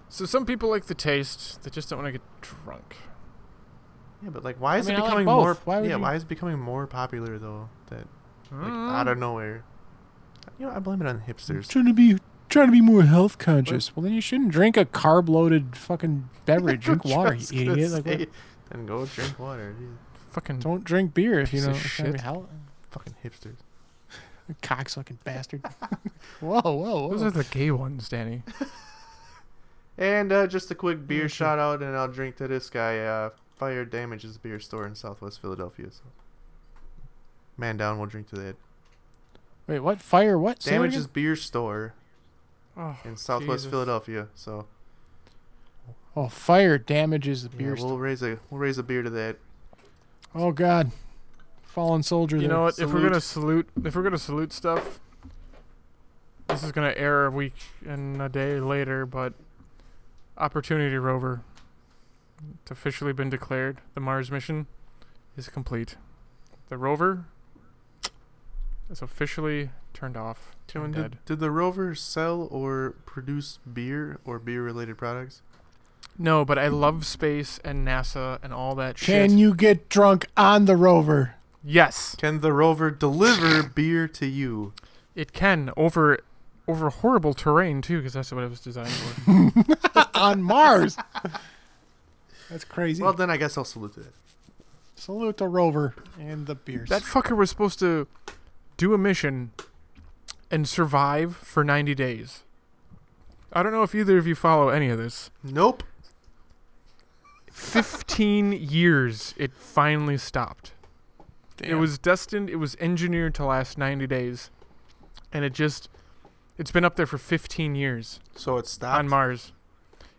[SPEAKER 6] So some people like the taste. They just don't want to get drunk.
[SPEAKER 5] Yeah, but like, why is
[SPEAKER 4] mean,
[SPEAKER 5] it
[SPEAKER 4] I like
[SPEAKER 5] becoming
[SPEAKER 4] both.
[SPEAKER 5] more?
[SPEAKER 4] Why would
[SPEAKER 5] yeah,
[SPEAKER 4] you-
[SPEAKER 5] why is it becoming more popular though? That like
[SPEAKER 4] Hmm?
[SPEAKER 5] out of nowhere. You know, I blame it on hipsters.
[SPEAKER 4] Trying to be trying to be more health conscious. Well, then you shouldn't drink a carb loaded fucking
[SPEAKER 5] (laughs)
[SPEAKER 4] beverage. Drink water,
[SPEAKER 5] Just
[SPEAKER 4] you
[SPEAKER 5] gonna
[SPEAKER 4] idiot. Like,
[SPEAKER 5] say-
[SPEAKER 4] what?
[SPEAKER 5] Then go drink water. dude.
[SPEAKER 6] Fucking
[SPEAKER 4] Don't drink beer if you
[SPEAKER 6] Piece
[SPEAKER 4] know.
[SPEAKER 6] of
[SPEAKER 4] Shit.
[SPEAKER 6] shit.
[SPEAKER 4] Hell,
[SPEAKER 5] Fucking hipsters.
[SPEAKER 4] cocksucking bastard. (laughs) whoa, whoa,
[SPEAKER 6] Those
[SPEAKER 4] whoa.
[SPEAKER 6] are the gay ones, Danny.
[SPEAKER 5] And uh, just a quick beer shout out, and I'll drink to this guy. Uh, Fire Damages Beer Store in Southwest Philadelphia. So. Man down, we'll drink to that.
[SPEAKER 4] Wait, what? Fire? What? Say that
[SPEAKER 5] Damages
[SPEAKER 4] again?
[SPEAKER 5] Beer Store
[SPEAKER 6] Oh,
[SPEAKER 5] in Southwest
[SPEAKER 6] Jesus.
[SPEAKER 5] Philadelphia. So
[SPEAKER 4] Oh, fire damages the
[SPEAKER 5] yeah,
[SPEAKER 4] beer.
[SPEAKER 5] we'll raise a we'll raise a beer to
[SPEAKER 4] st-
[SPEAKER 5] that.
[SPEAKER 4] oh God, fallen soldier.
[SPEAKER 6] You
[SPEAKER 4] there.
[SPEAKER 6] know what? If we're
[SPEAKER 5] Salute.
[SPEAKER 6] gonna salute, if we're gonna salute stuff, this is gonna air a week and a day later. But Opportunity rover. It's officially been declared. The Mars mission is complete. The rover is officially turned off.
[SPEAKER 5] Kevin,
[SPEAKER 6] and dead.
[SPEAKER 5] did, did the rover sell or produce beer or beer-related products?
[SPEAKER 6] No, but I love space and NASA and all that shit.
[SPEAKER 4] Can you get drunk on the rover?
[SPEAKER 6] Yes,
[SPEAKER 5] Can the rover deliver beer to you?
[SPEAKER 6] it can over over horrible terrain too, because that's what it was designed for.
[SPEAKER 4] On
[SPEAKER 6] (laughs)
[SPEAKER 4] Mars? That's crazy.
[SPEAKER 5] Well, then I guess I'll salute it.
[SPEAKER 4] Salute the rover and the beers.
[SPEAKER 6] that fucker was supposed to do a mission and survive for 90 days. I don't know if either of you follow any of this.
[SPEAKER 5] Nope.
[SPEAKER 6] 15 years it finally stopped. It
[SPEAKER 4] Damn.
[SPEAKER 6] was destined, it was engineered to last 90 days. And it just it's been up there for 15 years.
[SPEAKER 5] So it stopped.
[SPEAKER 6] on Mars.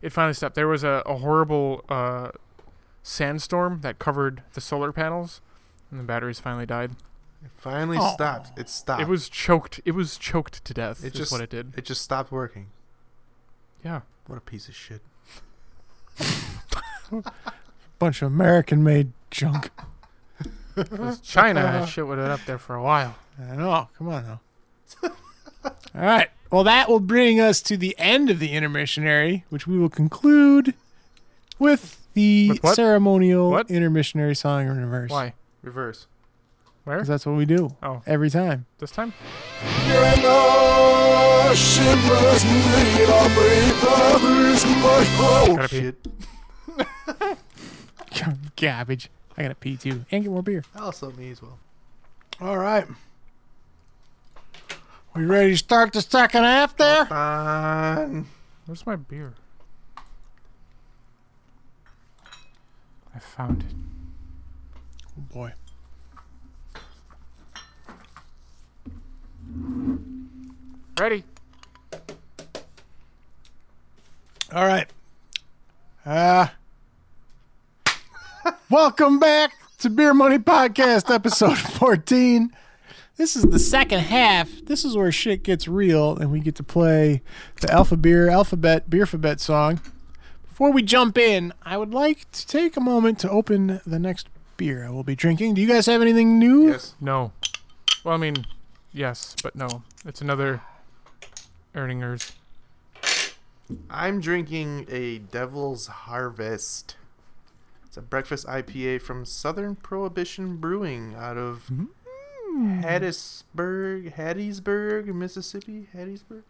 [SPEAKER 6] It finally stopped. There was a, a horrible uh, sandstorm that covered the solar panels, and the batteries finally died.
[SPEAKER 5] It finally stopped. It stopped.
[SPEAKER 6] Oh. It was choked. It was choked to death.
[SPEAKER 5] It
[SPEAKER 6] Ah. It
[SPEAKER 5] just
[SPEAKER 6] what it did.
[SPEAKER 5] It just stopped working.
[SPEAKER 6] yeah.
[SPEAKER 5] What a piece of shit.
[SPEAKER 4] bunch of American-made junk.
[SPEAKER 6] 'Cause (laughs) China had shit with it up there for a while.
[SPEAKER 4] I know. Come on now. (laughs) All right. Well, that will bring us to the end of the intermissionary, which we will conclude with the
[SPEAKER 6] With what?
[SPEAKER 4] ceremonial
[SPEAKER 6] What?
[SPEAKER 4] intermissionary song in reverse.
[SPEAKER 6] Why?
[SPEAKER 5] Reverse.
[SPEAKER 6] Where?
[SPEAKER 4] 'Cause that's what we do
[SPEAKER 6] Oh,
[SPEAKER 4] every time. (laughs)
[SPEAKER 6] this time? Gotta pee.
[SPEAKER 5] Shit.
[SPEAKER 4] Garbage. I got to pee too and get more beer.
[SPEAKER 5] Also, me as well.
[SPEAKER 4] All right. We ready to start the second half there?
[SPEAKER 5] Fine.
[SPEAKER 6] Where's my beer? I found it.
[SPEAKER 4] boy.
[SPEAKER 6] Ready?
[SPEAKER 4] All right. Uh, welcome back to Beer Money Podcast, episode (laughs) 14. This is the second half. This is where shit gets real, and we get to play the Alpha Beer Alphabet Beerphabet song. Before we jump in, I would like to take a moment to open the next beer I will be drinking. Do you guys have anything new?
[SPEAKER 5] Yes.
[SPEAKER 6] No. Well, I mean, yes, but no. It's another Erdinger's.
[SPEAKER 5] I'm drinking a Devil's Harvest. It's a breakfast IPA from Southern Prohibition Brewing out of
[SPEAKER 6] Hmm.
[SPEAKER 5] Hattiesburg, Hattiesburg, Mississippi. Hattiesburg.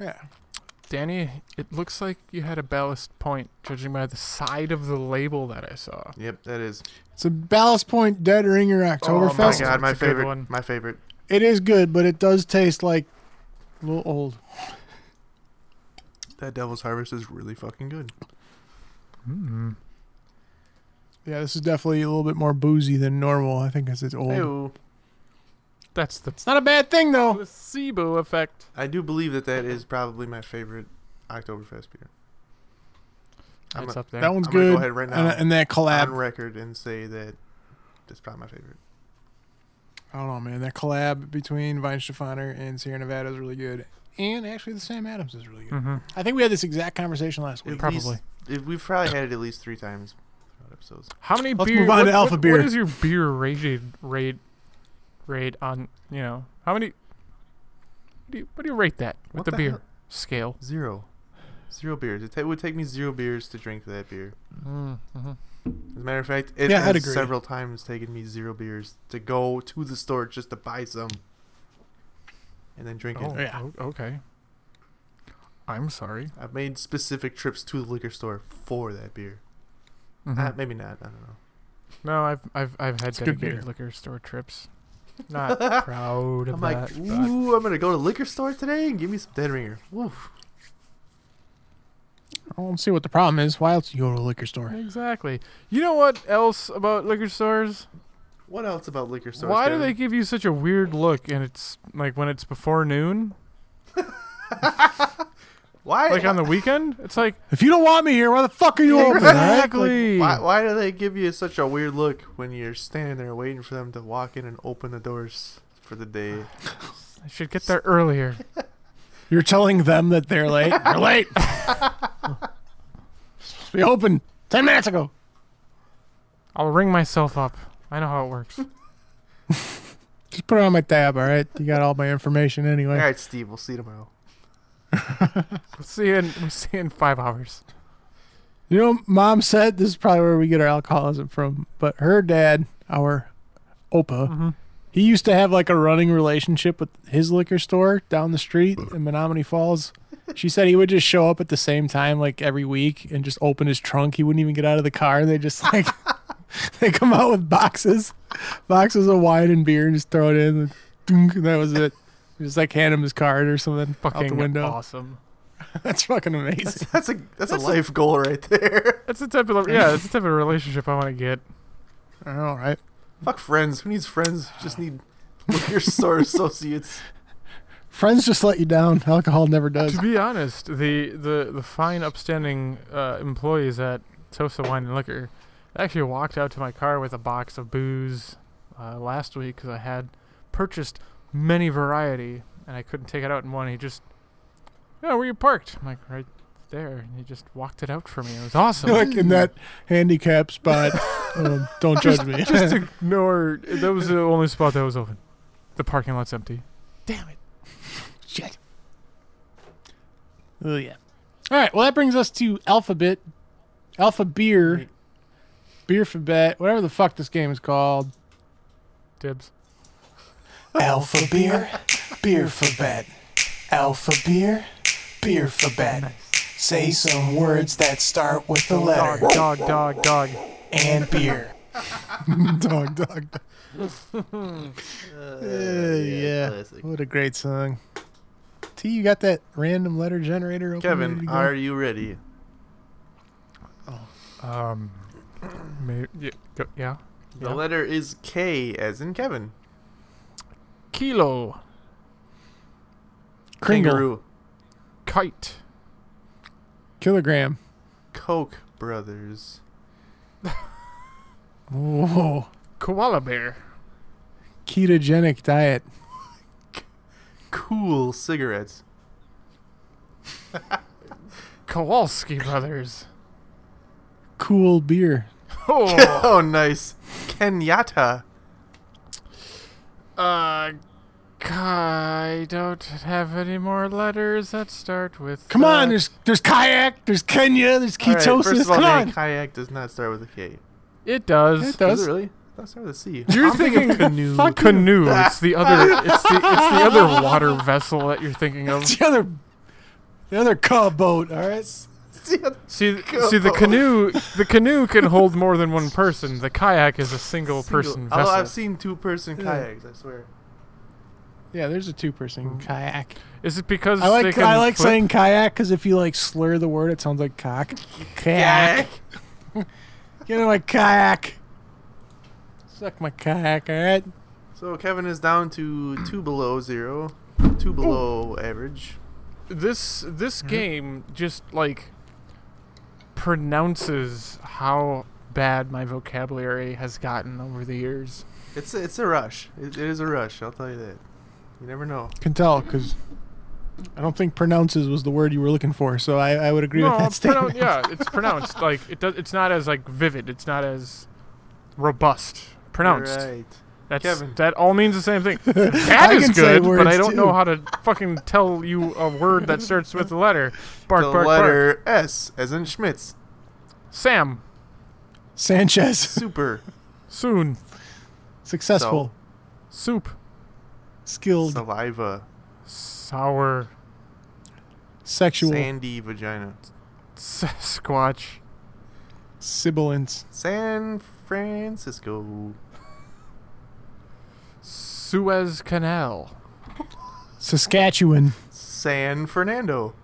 [SPEAKER 4] Yeah.
[SPEAKER 6] Danny, it looks like you had a ballast point, judging by the side of the label that I saw.
[SPEAKER 5] Yep, that is.
[SPEAKER 4] It's a Ballast Point Dead Ringer
[SPEAKER 5] Oh my
[SPEAKER 4] Oktoberfest.
[SPEAKER 5] god, my
[SPEAKER 6] It's a good one.
[SPEAKER 5] favorite. My favorite.
[SPEAKER 4] it is good, but it does taste like a little old.
[SPEAKER 5] That Devil's Harvest is really fucking good.
[SPEAKER 4] Yeah, this is definitely a little bit more boozy than normal. I think because it's old.
[SPEAKER 5] Ew.
[SPEAKER 6] That's the
[SPEAKER 4] It's not a bad thing though.
[SPEAKER 6] placebo effect.
[SPEAKER 5] I do believe that that is probably my favorite Oktoberfest beer. I'm
[SPEAKER 6] it's
[SPEAKER 5] a-
[SPEAKER 6] up there.
[SPEAKER 4] That one's
[SPEAKER 5] I'm gonna
[SPEAKER 4] good.
[SPEAKER 5] go ahead right now.
[SPEAKER 4] And, and that collab,
[SPEAKER 5] On record and say that that's probably my favorite.
[SPEAKER 4] I don't know, man. That collab between Vine Stefaner and Sierra Nevada is really good. And actually, the Sam Adams is really good. I think we had this exact conversation last week.
[SPEAKER 5] At least- if- we've probably had it at least three times throughout episodes.
[SPEAKER 6] How many
[SPEAKER 4] Let's
[SPEAKER 6] beer?
[SPEAKER 4] move on
[SPEAKER 6] what,
[SPEAKER 4] to Alpha
[SPEAKER 6] what-
[SPEAKER 4] Beer.
[SPEAKER 6] What is your beer rated rate? Rate on you know how many? What do you, what do you rate that with
[SPEAKER 5] What
[SPEAKER 6] the,
[SPEAKER 5] the
[SPEAKER 6] beer
[SPEAKER 5] hell?
[SPEAKER 6] scale?
[SPEAKER 5] Zero. Zero beers. It, ta- would take me zero beers to drink that beer. As a matter of fact, it
[SPEAKER 4] Yeah, I'd
[SPEAKER 5] has
[SPEAKER 4] agree.
[SPEAKER 5] several times taken me zero beers to go to the store just to buy some and then drink
[SPEAKER 6] Oh,
[SPEAKER 5] it.
[SPEAKER 4] yeah.
[SPEAKER 6] o- okay. I'm sorry.
[SPEAKER 5] I've made specific trips to the liquor store for that beer. Uh, maybe not. I don't know.
[SPEAKER 6] No, I've I've I've had
[SPEAKER 4] good
[SPEAKER 6] dedicated
[SPEAKER 4] beer.
[SPEAKER 6] liquor store trips. Not proud of
[SPEAKER 5] I'm
[SPEAKER 6] that.
[SPEAKER 5] like, ooh, I'm gonna go to the liquor store today and give me some Dead Ringer. Oof.
[SPEAKER 4] I don't see what the problem is. Why else you go to a liquor store?
[SPEAKER 6] Exactly. You know what else about liquor stores?
[SPEAKER 5] What else about liquor stores?
[SPEAKER 6] Why do
[SPEAKER 5] Kevin?
[SPEAKER 6] they give you such a weird look? And it's like when it's before noon,
[SPEAKER 5] Why?
[SPEAKER 6] like
[SPEAKER 5] (laughs)
[SPEAKER 6] on the weekend. It's like
[SPEAKER 4] If you don't want me here, why the fuck are you open? huh?
[SPEAKER 6] exactly.
[SPEAKER 5] Why, why do they give you such a weird look when you're standing there waiting for them to walk in and open the doors for the
[SPEAKER 6] (laughs)
[SPEAKER 5] day?
[SPEAKER 6] I should get there earlier.
[SPEAKER 5] (laughs)
[SPEAKER 4] You're telling them that they're late. You're late. We opened 10 minutes ago.
[SPEAKER 6] I'll ring myself up. I know how it works.
[SPEAKER 4] Just put it on my tab, all right? You got all my information
[SPEAKER 5] All
[SPEAKER 4] anyway.
[SPEAKER 5] right, Steve. We'll see you tomorrow. (laughs)
[SPEAKER 6] we'll see you in we'll see you in five hours.
[SPEAKER 4] You know, mom said this is probably where we get our alcoholism from, but her dad, our Opa, he used to have like a running relationship with his liquor store down the street in Menominee Falls. She said he would just show up at the same time like every week and just open his trunk. He wouldn't even get out of the car. They just like (laughs) they come out with boxes, boxes of wine and beer and just throw it in. And dunk, and that was it. Just like hand him his card or something out
[SPEAKER 6] Fucking
[SPEAKER 4] the window.
[SPEAKER 6] awesome.
[SPEAKER 4] (laughs) That's fucking amazing.
[SPEAKER 5] That's a that's, a life goal right there. (laughs)
[SPEAKER 6] That's the type of yeah. That's the
[SPEAKER 4] (laughs)
[SPEAKER 6] type of relationship I want to get.
[SPEAKER 4] All right.
[SPEAKER 5] Fuck friends. Who needs friends? Just
[SPEAKER 6] (sighs)
[SPEAKER 5] need liquor store
[SPEAKER 6] (laughs)
[SPEAKER 5] associates.
[SPEAKER 4] Friends just let you down. Alcohol never does.
[SPEAKER 6] To be honest, the the the fine upstanding uh, employees at Tosa Wine and Liquor actually walked out to my car with a box of booze uh, last week because I had purchased many variety and I couldn't take it out in one. He just, yeah, where you parked? I'm like right there, and he just walked it out for me.
[SPEAKER 4] (laughs)
[SPEAKER 6] It was
[SPEAKER 4] (laughs)
[SPEAKER 6] awesome.
[SPEAKER 4] like in that handicap spot. Um, don't judge me.
[SPEAKER 6] just
[SPEAKER 4] (laughs)
[SPEAKER 6] ignore. That was the only spot that was open. The parking lot's empty.
[SPEAKER 4] Shit. Oh yeah. All right. Well, that brings us to Alphabet, Alpha Beer, Beer for Bet, whatever the fuck this game is called.
[SPEAKER 6] Dibs.
[SPEAKER 8] Alpha beer, beer for bet. Alpha beer, beer for bet. Say some words that start with the letter
[SPEAKER 6] Dog, dog, dog, dog.
[SPEAKER 8] and beer.
[SPEAKER 4] (laughs) dog, dog. dog. Uh, yeah.
[SPEAKER 5] classic.
[SPEAKER 4] What a great song. T, you got that random letter generator? Open ready to
[SPEAKER 5] Kevin,
[SPEAKER 4] go?
[SPEAKER 5] are you ready?
[SPEAKER 6] Um, may, yeah, go, yeah.
[SPEAKER 5] The
[SPEAKER 6] Yeah.
[SPEAKER 5] letter is K, as in Kevin.
[SPEAKER 6] Kilo,
[SPEAKER 4] Kringle.
[SPEAKER 5] Kangaroo.
[SPEAKER 6] kite,
[SPEAKER 4] kilogram?
[SPEAKER 5] Koch brothers.
[SPEAKER 4] Whoa.
[SPEAKER 6] koala bear,
[SPEAKER 4] Ketogenic diet.
[SPEAKER 5] Cool cigarettes.
[SPEAKER 6] Kowalski brothers. (laughs)
[SPEAKER 4] Cool beer.
[SPEAKER 6] Oh,
[SPEAKER 5] (laughs) Oh, nice. Kenyatta.
[SPEAKER 6] uh, I don't have any more letters that start with.
[SPEAKER 4] Come on,
[SPEAKER 6] uh,
[SPEAKER 4] there's there's kayak, there's Kenya, there's
[SPEAKER 5] All right,
[SPEAKER 4] ketosis.
[SPEAKER 5] first of all,
[SPEAKER 4] Come
[SPEAKER 5] the
[SPEAKER 4] on.
[SPEAKER 5] name kayak does not start with a K.
[SPEAKER 6] it does.
[SPEAKER 4] It
[SPEAKER 5] Does
[SPEAKER 4] does.
[SPEAKER 5] it really? That start with a C. (laughs)
[SPEAKER 6] You're
[SPEAKER 4] (laughs)
[SPEAKER 6] thinking canoe. Canoe. It's the other. It's the. It's the other water vessel that you're thinking of.
[SPEAKER 4] It's the other, the other cub boat. All right.
[SPEAKER 6] See, th- see, the canoe, the
[SPEAKER 5] (laughs)
[SPEAKER 6] canoe can hold more than one person. The kayak is a single, person
[SPEAKER 5] Although
[SPEAKER 6] vessel.
[SPEAKER 5] Oh, I've seen two-person kayaks, I swear.
[SPEAKER 4] Yeah, there's a
[SPEAKER 5] Hmm.
[SPEAKER 4] two-person kayak.
[SPEAKER 6] is it because
[SPEAKER 4] I
[SPEAKER 6] they
[SPEAKER 4] like
[SPEAKER 6] can
[SPEAKER 4] I like
[SPEAKER 6] flip?
[SPEAKER 4] saying kayak because if you like slur the word, it sounds like cock. Kayak. (laughs) Get in my kayak. Suck my kayak. All right.
[SPEAKER 5] So Kevin is down to two below zero, two below average.
[SPEAKER 6] this this
[SPEAKER 5] Mm-hmm.
[SPEAKER 6] game just like pronounces how bad my vocabulary has gotten over
[SPEAKER 4] (laughs)
[SPEAKER 6] the years.
[SPEAKER 5] It's a, it's a rush. It, it is a rush. I'll tell you that. You never know.
[SPEAKER 4] Can tell because I don't think pronounces was the word you were looking for. So I, I would agree
[SPEAKER 6] No,
[SPEAKER 4] with that
[SPEAKER 6] it's pronoun-
[SPEAKER 4] statement.
[SPEAKER 6] yeah, it's pronounced like it does. It's not as like vivid. It's not as robust. Pronounced.
[SPEAKER 5] Right.
[SPEAKER 6] That's
[SPEAKER 5] Kevin.
[SPEAKER 6] that all means the
[SPEAKER 5] (laughs)
[SPEAKER 6] same thing. That
[SPEAKER 4] I
[SPEAKER 6] is
[SPEAKER 4] can say
[SPEAKER 6] good, but I
[SPEAKER 4] words,
[SPEAKER 6] don't
[SPEAKER 4] too.
[SPEAKER 6] know how to fucking tell you a word that starts with the letter. Bark,
[SPEAKER 5] The
[SPEAKER 6] bark, bark.
[SPEAKER 5] letter S, as in Schmitz.
[SPEAKER 6] Sam,
[SPEAKER 4] (laughs) Sanchez.
[SPEAKER 5] Super.
[SPEAKER 6] soon,
[SPEAKER 4] Successful.
[SPEAKER 6] soup,
[SPEAKER 4] Skilled.
[SPEAKER 5] Saliva.
[SPEAKER 6] sour,
[SPEAKER 4] sexual.
[SPEAKER 5] Sandy vagina.
[SPEAKER 6] sasquatch,
[SPEAKER 4] Sibilance.
[SPEAKER 5] San Francisco.
[SPEAKER 6] Suez Canal, (laughs)
[SPEAKER 4] Saskatchewan. (laughs)
[SPEAKER 5] San Fernando.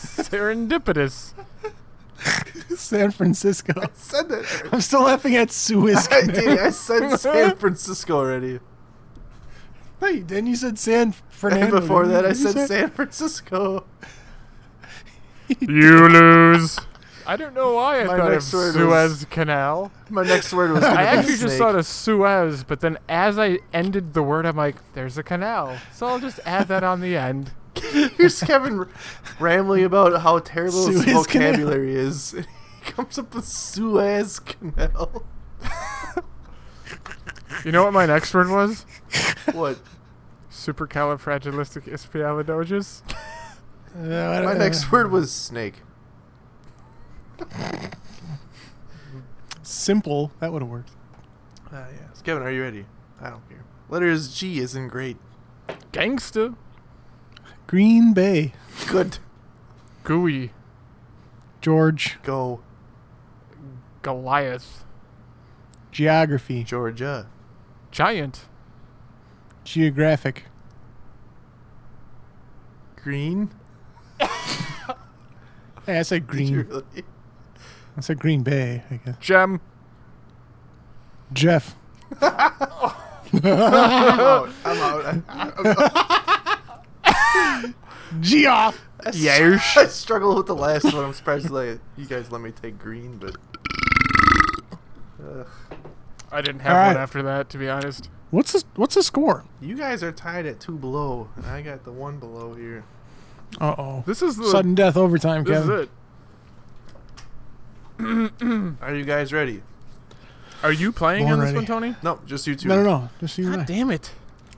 [SPEAKER 6] serendipitous,
[SPEAKER 4] San Francisco. (laughs)
[SPEAKER 5] Said that.
[SPEAKER 4] I'm still laughing at Suez.
[SPEAKER 5] (laughs) I did. I said San Francisco already.
[SPEAKER 4] No, you didn't. You said San
[SPEAKER 5] And
[SPEAKER 4] Fernando.
[SPEAKER 5] before
[SPEAKER 4] didn't
[SPEAKER 5] that, I
[SPEAKER 4] you? You
[SPEAKER 5] said San Francisco.
[SPEAKER 6] you lose. I don't know why I
[SPEAKER 5] My
[SPEAKER 6] thought of
[SPEAKER 5] next word
[SPEAKER 6] Suez
[SPEAKER 5] was-
[SPEAKER 6] Canal.
[SPEAKER 5] My next word was. Gonna
[SPEAKER 6] I
[SPEAKER 5] be
[SPEAKER 6] actually just
[SPEAKER 5] snake.
[SPEAKER 6] thought of Suez, but then as I ended the word, I'm like, there's a canal. So I'll just add that on the end.
[SPEAKER 5] (laughs) Here's Kevin r- rambling about how terrible his
[SPEAKER 4] Suez Canal.
[SPEAKER 5] vocabulary is. (laughs) And he comes up with Suez Canal. (laughs)
[SPEAKER 6] You know what my next word was?
[SPEAKER 5] What?
[SPEAKER 6] Supercalifragilisticexpialidocious.
[SPEAKER 4] Uh,
[SPEAKER 5] My next word was snake.
[SPEAKER 4] Simple. That would have worked.
[SPEAKER 6] Ah,
[SPEAKER 5] Uh, yes. Kevin, are you ready? I don't care. Letters G isn't great.
[SPEAKER 6] Gangsta.
[SPEAKER 4] Green Bay.
[SPEAKER 5] Good.
[SPEAKER 6] Gooey.
[SPEAKER 4] George.
[SPEAKER 5] Go
[SPEAKER 6] Goliath.
[SPEAKER 4] Geography.
[SPEAKER 5] Georgia.
[SPEAKER 6] Giant.
[SPEAKER 4] Geographic.
[SPEAKER 5] Green. (laughs)
[SPEAKER 4] Hey, I said
[SPEAKER 5] Did you
[SPEAKER 4] green.
[SPEAKER 5] really?
[SPEAKER 4] I said Green Bay, I guess.
[SPEAKER 6] Gem.
[SPEAKER 4] Jeff. (laughs)
[SPEAKER 5] I'm out. I,
[SPEAKER 4] Geoff.
[SPEAKER 6] Yesh.
[SPEAKER 5] (laughs) I struggled with the last one. I'm surprised like, you guys let me take green, but
[SPEAKER 6] I didn't have
[SPEAKER 4] All
[SPEAKER 6] one
[SPEAKER 4] right.
[SPEAKER 6] after that, to be honest.
[SPEAKER 4] What's the, what's the score?
[SPEAKER 5] you guys are tied at two below, and I got the one below here.
[SPEAKER 4] Uh oh.
[SPEAKER 6] This is the.
[SPEAKER 4] Sudden death overtime,
[SPEAKER 6] this
[SPEAKER 4] Kevin.
[SPEAKER 6] is it.
[SPEAKER 5] Are you guys ready?
[SPEAKER 6] Are you playing
[SPEAKER 4] Born
[SPEAKER 6] on this
[SPEAKER 4] ready.
[SPEAKER 6] one, Tony?
[SPEAKER 5] No, just you two.
[SPEAKER 4] No, no, no. Just you and I.
[SPEAKER 6] Damn it.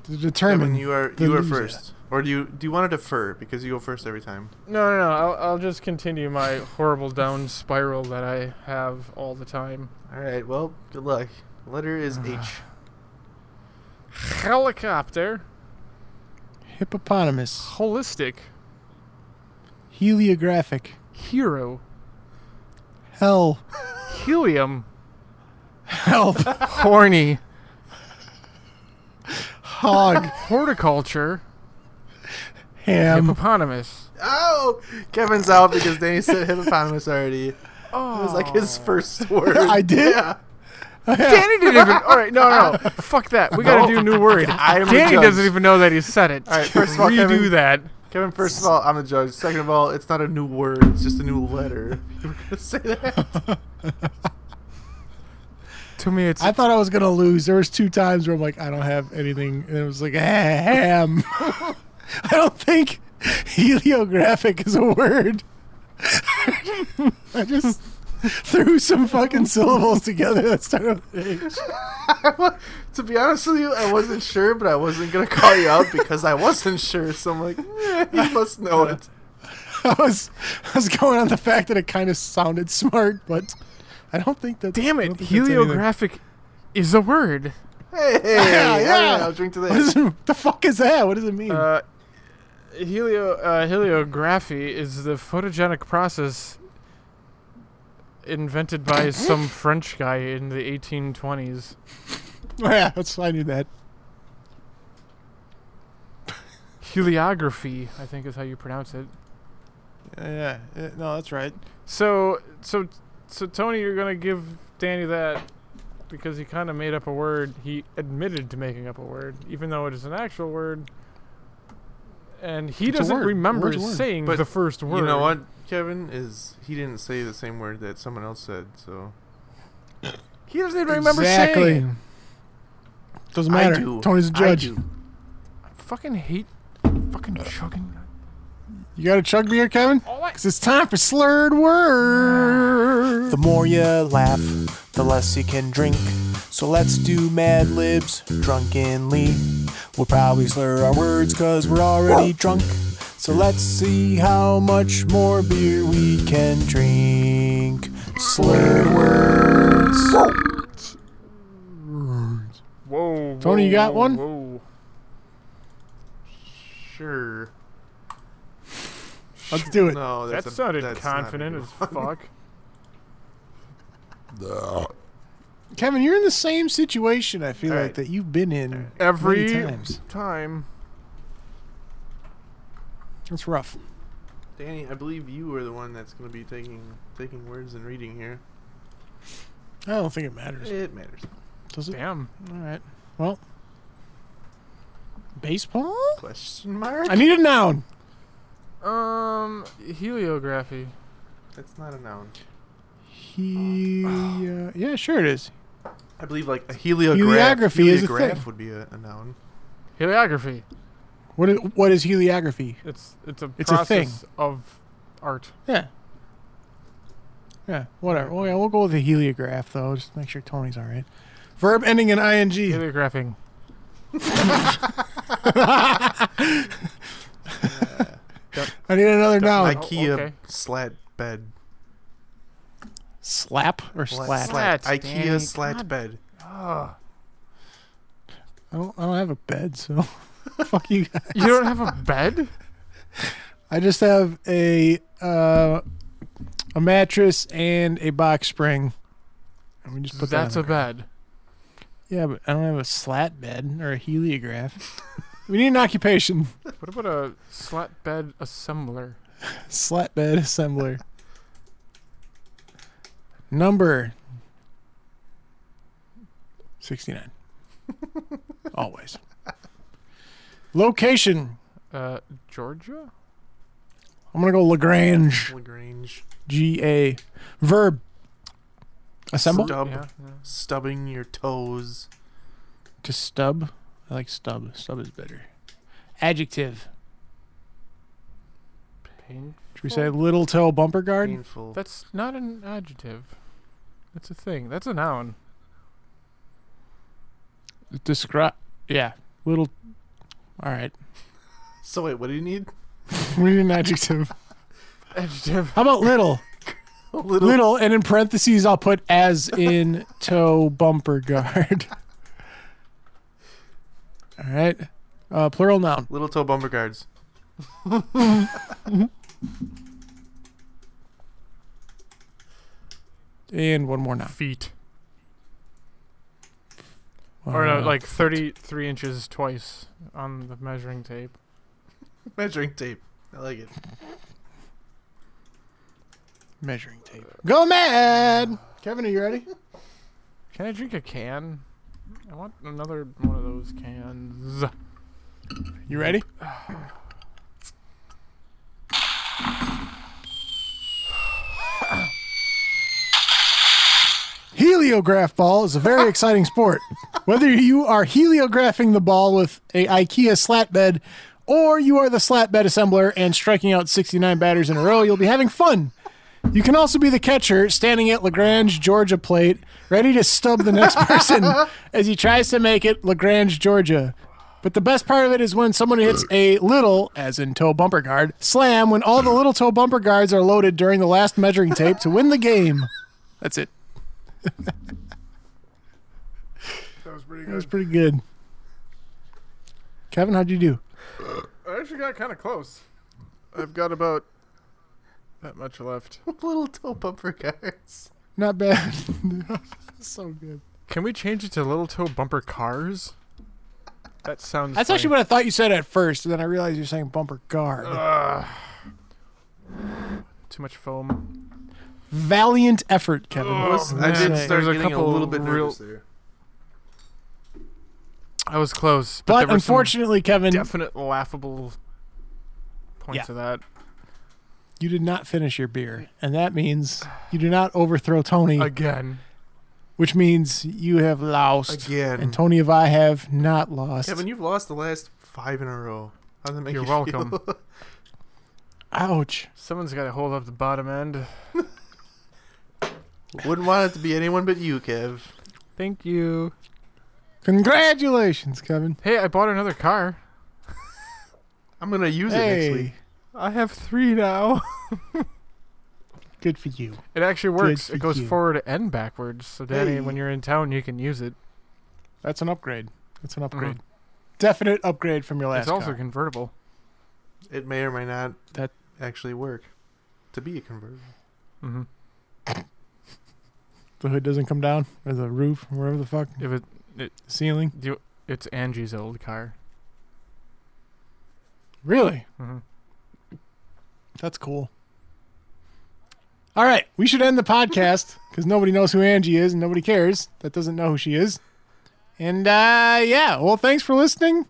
[SPEAKER 4] To
[SPEAKER 5] Kevin,
[SPEAKER 4] determine.
[SPEAKER 5] you are
[SPEAKER 4] the
[SPEAKER 5] you are
[SPEAKER 4] loser.
[SPEAKER 5] first, or do you do you want to defer because you go first every time?
[SPEAKER 6] No, no, no. I'll, I'll just continue my horrible down spiral that I have all the time.
[SPEAKER 5] All right. Well, good luck. Letter is
[SPEAKER 4] Ah.
[SPEAKER 5] H.
[SPEAKER 6] Helicopter.
[SPEAKER 4] Hippopotamus.
[SPEAKER 6] Holistic.
[SPEAKER 4] Heliographic.
[SPEAKER 6] Hero.
[SPEAKER 4] Hell. (laughs)
[SPEAKER 6] Helium.
[SPEAKER 4] Health.
[SPEAKER 6] Horny.
[SPEAKER 4] (laughs) Hog.
[SPEAKER 6] Horticulture.
[SPEAKER 4] Ham.
[SPEAKER 6] Hippopotamus.
[SPEAKER 5] Oh, Kevin's out because Danny said hippopotamus already. Oh, it was like his (laughs) first word.
[SPEAKER 4] I did?
[SPEAKER 6] Danny didn't even. All right, no, no,
[SPEAKER 4] (laughs)
[SPEAKER 6] no. fuck that. We gotta do a new (laughs) word.
[SPEAKER 5] am the
[SPEAKER 6] Danny
[SPEAKER 5] judge.
[SPEAKER 6] doesn't even know that he said it. All
[SPEAKER 5] right, first of all,
[SPEAKER 6] redo
[SPEAKER 5] Kevin-
[SPEAKER 6] that.
[SPEAKER 5] Kevin, first of all, I'm the judge. Second of all, it's not a new word; it's just a new letter. (laughs) You were gonna say that.
[SPEAKER 6] To me, it's
[SPEAKER 4] I thought I was gonna lose. There was two times where I'm like, I don't have anything, and it was like "Ah, ham. (laughs) I don't think heliographic is a word. (laughs) I just threw some fucking syllables together that started with H.
[SPEAKER 5] (laughs) to be honest with you, I wasn't sure, but I wasn't gonna call you out because I wasn't sure. So I'm like, eh, you must know it.
[SPEAKER 4] I was I was going on the fact that it kind of sounded smart, but I don't think that.
[SPEAKER 6] damn
[SPEAKER 4] I don't
[SPEAKER 6] it.
[SPEAKER 4] think that's anything.
[SPEAKER 6] Heliographic is a word.
[SPEAKER 5] Hey, yeah, I'll drink to
[SPEAKER 4] What is
[SPEAKER 5] this.
[SPEAKER 4] it- the fuck is that? What does it mean?
[SPEAKER 6] Uh, helio uh, heliography is the photogenic process invented (laughs) by some French guy in the
[SPEAKER 4] oh,
[SPEAKER 6] 1820s.
[SPEAKER 4] (laughs) yeah, that's, I knew that.
[SPEAKER 6] Heliography, I think, is how you pronounce it.
[SPEAKER 4] Yeah, no, that's right.
[SPEAKER 6] So, so, so Tony, you're gonna give Danny that because he kind of made up a word. He admitted to making up a word, even though it is an actual word. And he
[SPEAKER 4] It's a
[SPEAKER 6] doesn't
[SPEAKER 4] word.
[SPEAKER 6] remember
[SPEAKER 4] Word's a word.
[SPEAKER 6] saying
[SPEAKER 5] But
[SPEAKER 6] the first word.
[SPEAKER 5] (laughs) You know what, Kevin is he didn't say the same word that someone else said. So
[SPEAKER 6] He doesn't even remember
[SPEAKER 4] exactly.
[SPEAKER 6] saying. it.
[SPEAKER 4] Doesn't matter.
[SPEAKER 5] I do.
[SPEAKER 4] Tony's a
[SPEAKER 5] I
[SPEAKER 4] judge.
[SPEAKER 5] do.
[SPEAKER 6] Fucking hate. Fucking
[SPEAKER 5] Uh,
[SPEAKER 6] chugging.
[SPEAKER 4] You got a chug beer, Kevin? Because it's time for slurred word.
[SPEAKER 8] The more you laugh, the less you can drink. So let's do Mad Libs drunkenly. We'll probably slur our words because we're already drunk. So let's see how much more beer we can drink. Slur words.
[SPEAKER 6] Whoa.
[SPEAKER 4] Tony, you
[SPEAKER 6] whoa,
[SPEAKER 4] got
[SPEAKER 6] whoa,
[SPEAKER 4] one?
[SPEAKER 6] Whoa.
[SPEAKER 5] sure.
[SPEAKER 4] Let's do it.
[SPEAKER 5] No,
[SPEAKER 6] That
[SPEAKER 5] that's a-
[SPEAKER 6] sounded
[SPEAKER 5] that's not a
[SPEAKER 6] confident
[SPEAKER 5] good
[SPEAKER 6] as
[SPEAKER 5] (laughs)
[SPEAKER 6] fuck.
[SPEAKER 4] Uh, Kevin, you're in the same situation, I feel
[SPEAKER 5] All
[SPEAKER 4] like,
[SPEAKER 5] right.
[SPEAKER 4] that you've been in
[SPEAKER 6] Every
[SPEAKER 4] many times.
[SPEAKER 6] time.
[SPEAKER 4] That's rough.
[SPEAKER 5] Danny, I believe you are the one that's going to be taking taking words and reading here.
[SPEAKER 4] I don't think it matters.
[SPEAKER 5] It matters.
[SPEAKER 4] Does it?
[SPEAKER 6] Damn.
[SPEAKER 4] All right. Well, baseball?
[SPEAKER 5] Question mark?
[SPEAKER 4] I need a noun.
[SPEAKER 6] Um, heliography.
[SPEAKER 5] That's not a noun.
[SPEAKER 4] He, uh, yeah, sure it is.
[SPEAKER 5] I believe like a heliograph.
[SPEAKER 4] Heliography is a
[SPEAKER 5] heliograph
[SPEAKER 4] thing.
[SPEAKER 5] would be a, a noun.
[SPEAKER 6] Heliography.
[SPEAKER 4] What is, what is heliography?
[SPEAKER 6] It's it's a
[SPEAKER 4] It's a thing.
[SPEAKER 6] process of art.
[SPEAKER 4] Yeah. Yeah, whatever. Well, yeah, we'll go with the heliograph, though. Just make sure Tony's all right. Verb ending in ing.
[SPEAKER 6] Heliographing.
[SPEAKER 4] (laughs) I need another noun.
[SPEAKER 5] IKEA
[SPEAKER 6] Oh, okay.
[SPEAKER 5] slat bed.
[SPEAKER 4] Slap or slat?
[SPEAKER 5] Slat.
[SPEAKER 6] Slat,
[SPEAKER 5] IKEA
[SPEAKER 6] Danny,
[SPEAKER 5] slat bed.
[SPEAKER 4] I, don't, I don't have a bed, so fuck you guys.
[SPEAKER 6] You don't have a (laughs) bed?
[SPEAKER 4] I just have a uh, a mattress and a box spring. And we just put
[SPEAKER 6] That's
[SPEAKER 4] that.
[SPEAKER 6] a
[SPEAKER 4] on
[SPEAKER 6] bed.
[SPEAKER 4] the- yeah, but I don't have a slat bed or a heliograph. we need an occupation.
[SPEAKER 6] What about a slat bed assembler?
[SPEAKER 4] Slat bed assembler. Number sixty nine. Always. Location.
[SPEAKER 6] Uh, Georgia?
[SPEAKER 4] I'm gonna go Lagrange.
[SPEAKER 5] Lagrange.
[SPEAKER 4] G A. Verb. Assemble.
[SPEAKER 5] Stub.
[SPEAKER 6] Yeah. yeah.
[SPEAKER 5] Stubbing your toes.
[SPEAKER 4] To stub. I like stub. Stub is better. Adjective.
[SPEAKER 6] Pain.
[SPEAKER 4] Should we say little toe bumper guard?
[SPEAKER 5] Painful.
[SPEAKER 6] That's not an adjective. That's a thing. That's a noun.
[SPEAKER 4] Describe. Yeah. Little. All right.
[SPEAKER 5] So wait, what do you need?
[SPEAKER 4] (laughs)
[SPEAKER 5] (laughs)
[SPEAKER 4] We need an adjective.
[SPEAKER 6] (laughs) Adjective.
[SPEAKER 4] How about little? (laughs) little? and in parentheses, I'll put as in toe bumper guard. (laughs) All right. Uh, plural noun.
[SPEAKER 5] Little toe bumper guards. (laughs)
[SPEAKER 4] And one more noun.
[SPEAKER 6] Feet. Or
[SPEAKER 4] Uh,
[SPEAKER 6] no, like 33 inches twice on the measuring tape.
[SPEAKER 5] Measuring tape. I like it.
[SPEAKER 4] measuring tape. Go mad! Kevin, are you ready?
[SPEAKER 6] Can I drink a can? I want another one of those cans.
[SPEAKER 4] You ready? Heliograph ball is a very exciting sport. Whether you are heliographing the ball with a IKEA slat bed or you are the slat bed assembler and striking out 69 batters in a row, you'll be having fun. You can also be the catcher standing at Lagrange, Georgia plate, ready to stub the next (laughs) person as he tries to make it Lagrange, Georgia. But the best part of it is when someone hits a little, as in toe bumper guard, slam when all the little toe bumper guards are loaded during the last measuring tape to win the game. That's it. that was pretty good. That was pretty good. Kevin, how'd you do?
[SPEAKER 6] I actually got kind of close. I've got about that much left.
[SPEAKER 5] (laughs) Little toe bumper guards.
[SPEAKER 4] Not bad. (laughs) so good.
[SPEAKER 6] Can we change it to little toe bumper cars? That sounds.
[SPEAKER 4] That's actually what I thought you said at first, and then I realized you're saying bumper guard.
[SPEAKER 6] too much foam.
[SPEAKER 4] Valiant effort, Kevin.
[SPEAKER 5] I did
[SPEAKER 6] man.
[SPEAKER 5] start
[SPEAKER 6] There's a
[SPEAKER 5] getting a,
[SPEAKER 6] couple
[SPEAKER 5] little bit
[SPEAKER 6] real-
[SPEAKER 5] nervous there.
[SPEAKER 6] I was close, but, there
[SPEAKER 4] but
[SPEAKER 6] were some
[SPEAKER 4] unfortunately, Kevin,
[SPEAKER 6] definite laughable points of that.
[SPEAKER 4] you did not finish your beer, and that means you do not overthrow Tony,
[SPEAKER 6] Again,
[SPEAKER 4] which means you have lost.
[SPEAKER 5] Again.
[SPEAKER 4] And Tony and I have not lost.
[SPEAKER 5] Kevin, you've lost the last five in a row. How does that make (laughs)
[SPEAKER 6] You're
[SPEAKER 5] you feel?
[SPEAKER 6] welcome.
[SPEAKER 4] Ouch.
[SPEAKER 6] someone's got to hold up the bottom end.
[SPEAKER 5] Wouldn't want it to be anyone but you, Kev.
[SPEAKER 6] Thank you.
[SPEAKER 4] Congratulations, Kevin.
[SPEAKER 6] Hey, I bought another car.
[SPEAKER 5] I'm gonna use it next
[SPEAKER 4] Hey,
[SPEAKER 5] week.
[SPEAKER 6] I have three now. (laughs)
[SPEAKER 4] good for you.
[SPEAKER 6] It actually works.
[SPEAKER 4] for
[SPEAKER 6] It goes
[SPEAKER 4] you.
[SPEAKER 6] forward and backwards. So Danny, when you're in town, you can use it.
[SPEAKER 4] That's an upgrade. That's an upgrade.
[SPEAKER 5] Mm-hmm.
[SPEAKER 4] Definite upgrade from your last
[SPEAKER 6] it's also
[SPEAKER 4] car.
[SPEAKER 6] convertible.
[SPEAKER 5] It may or may not
[SPEAKER 4] That-
[SPEAKER 5] actually work to be a convertible.
[SPEAKER 4] the hood doesn't come down, or the roof, or wherever the fuck,
[SPEAKER 6] If it,
[SPEAKER 4] ceiling.
[SPEAKER 6] do, it's Angie's old car.
[SPEAKER 4] Really?
[SPEAKER 6] Mhm.
[SPEAKER 4] That's cool. All right, we should end the podcast because nobody knows who Angie is and nobody cares that doesn't know who she is. And uh, yeah, well, thanks for listening.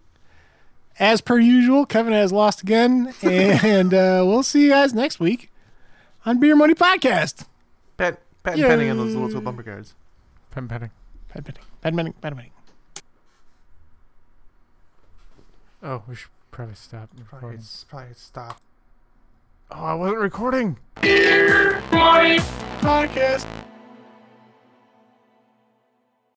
[SPEAKER 4] As per usual, Kevin has lost again, (laughs) and uh, we'll see you guys next week on Beer Money Podcast.
[SPEAKER 5] Pat, pat and penning on those little toe bumper guards.
[SPEAKER 6] Pen petting.
[SPEAKER 4] Bad Benning, bad Benning, bad Benning.
[SPEAKER 6] Oh, we should Probably stop
[SPEAKER 5] Probably,
[SPEAKER 6] recording.
[SPEAKER 5] it's probably hit stop.
[SPEAKER 6] Oh, I wasn't recording.
[SPEAKER 1] Beer, money,
[SPEAKER 4] Podcast.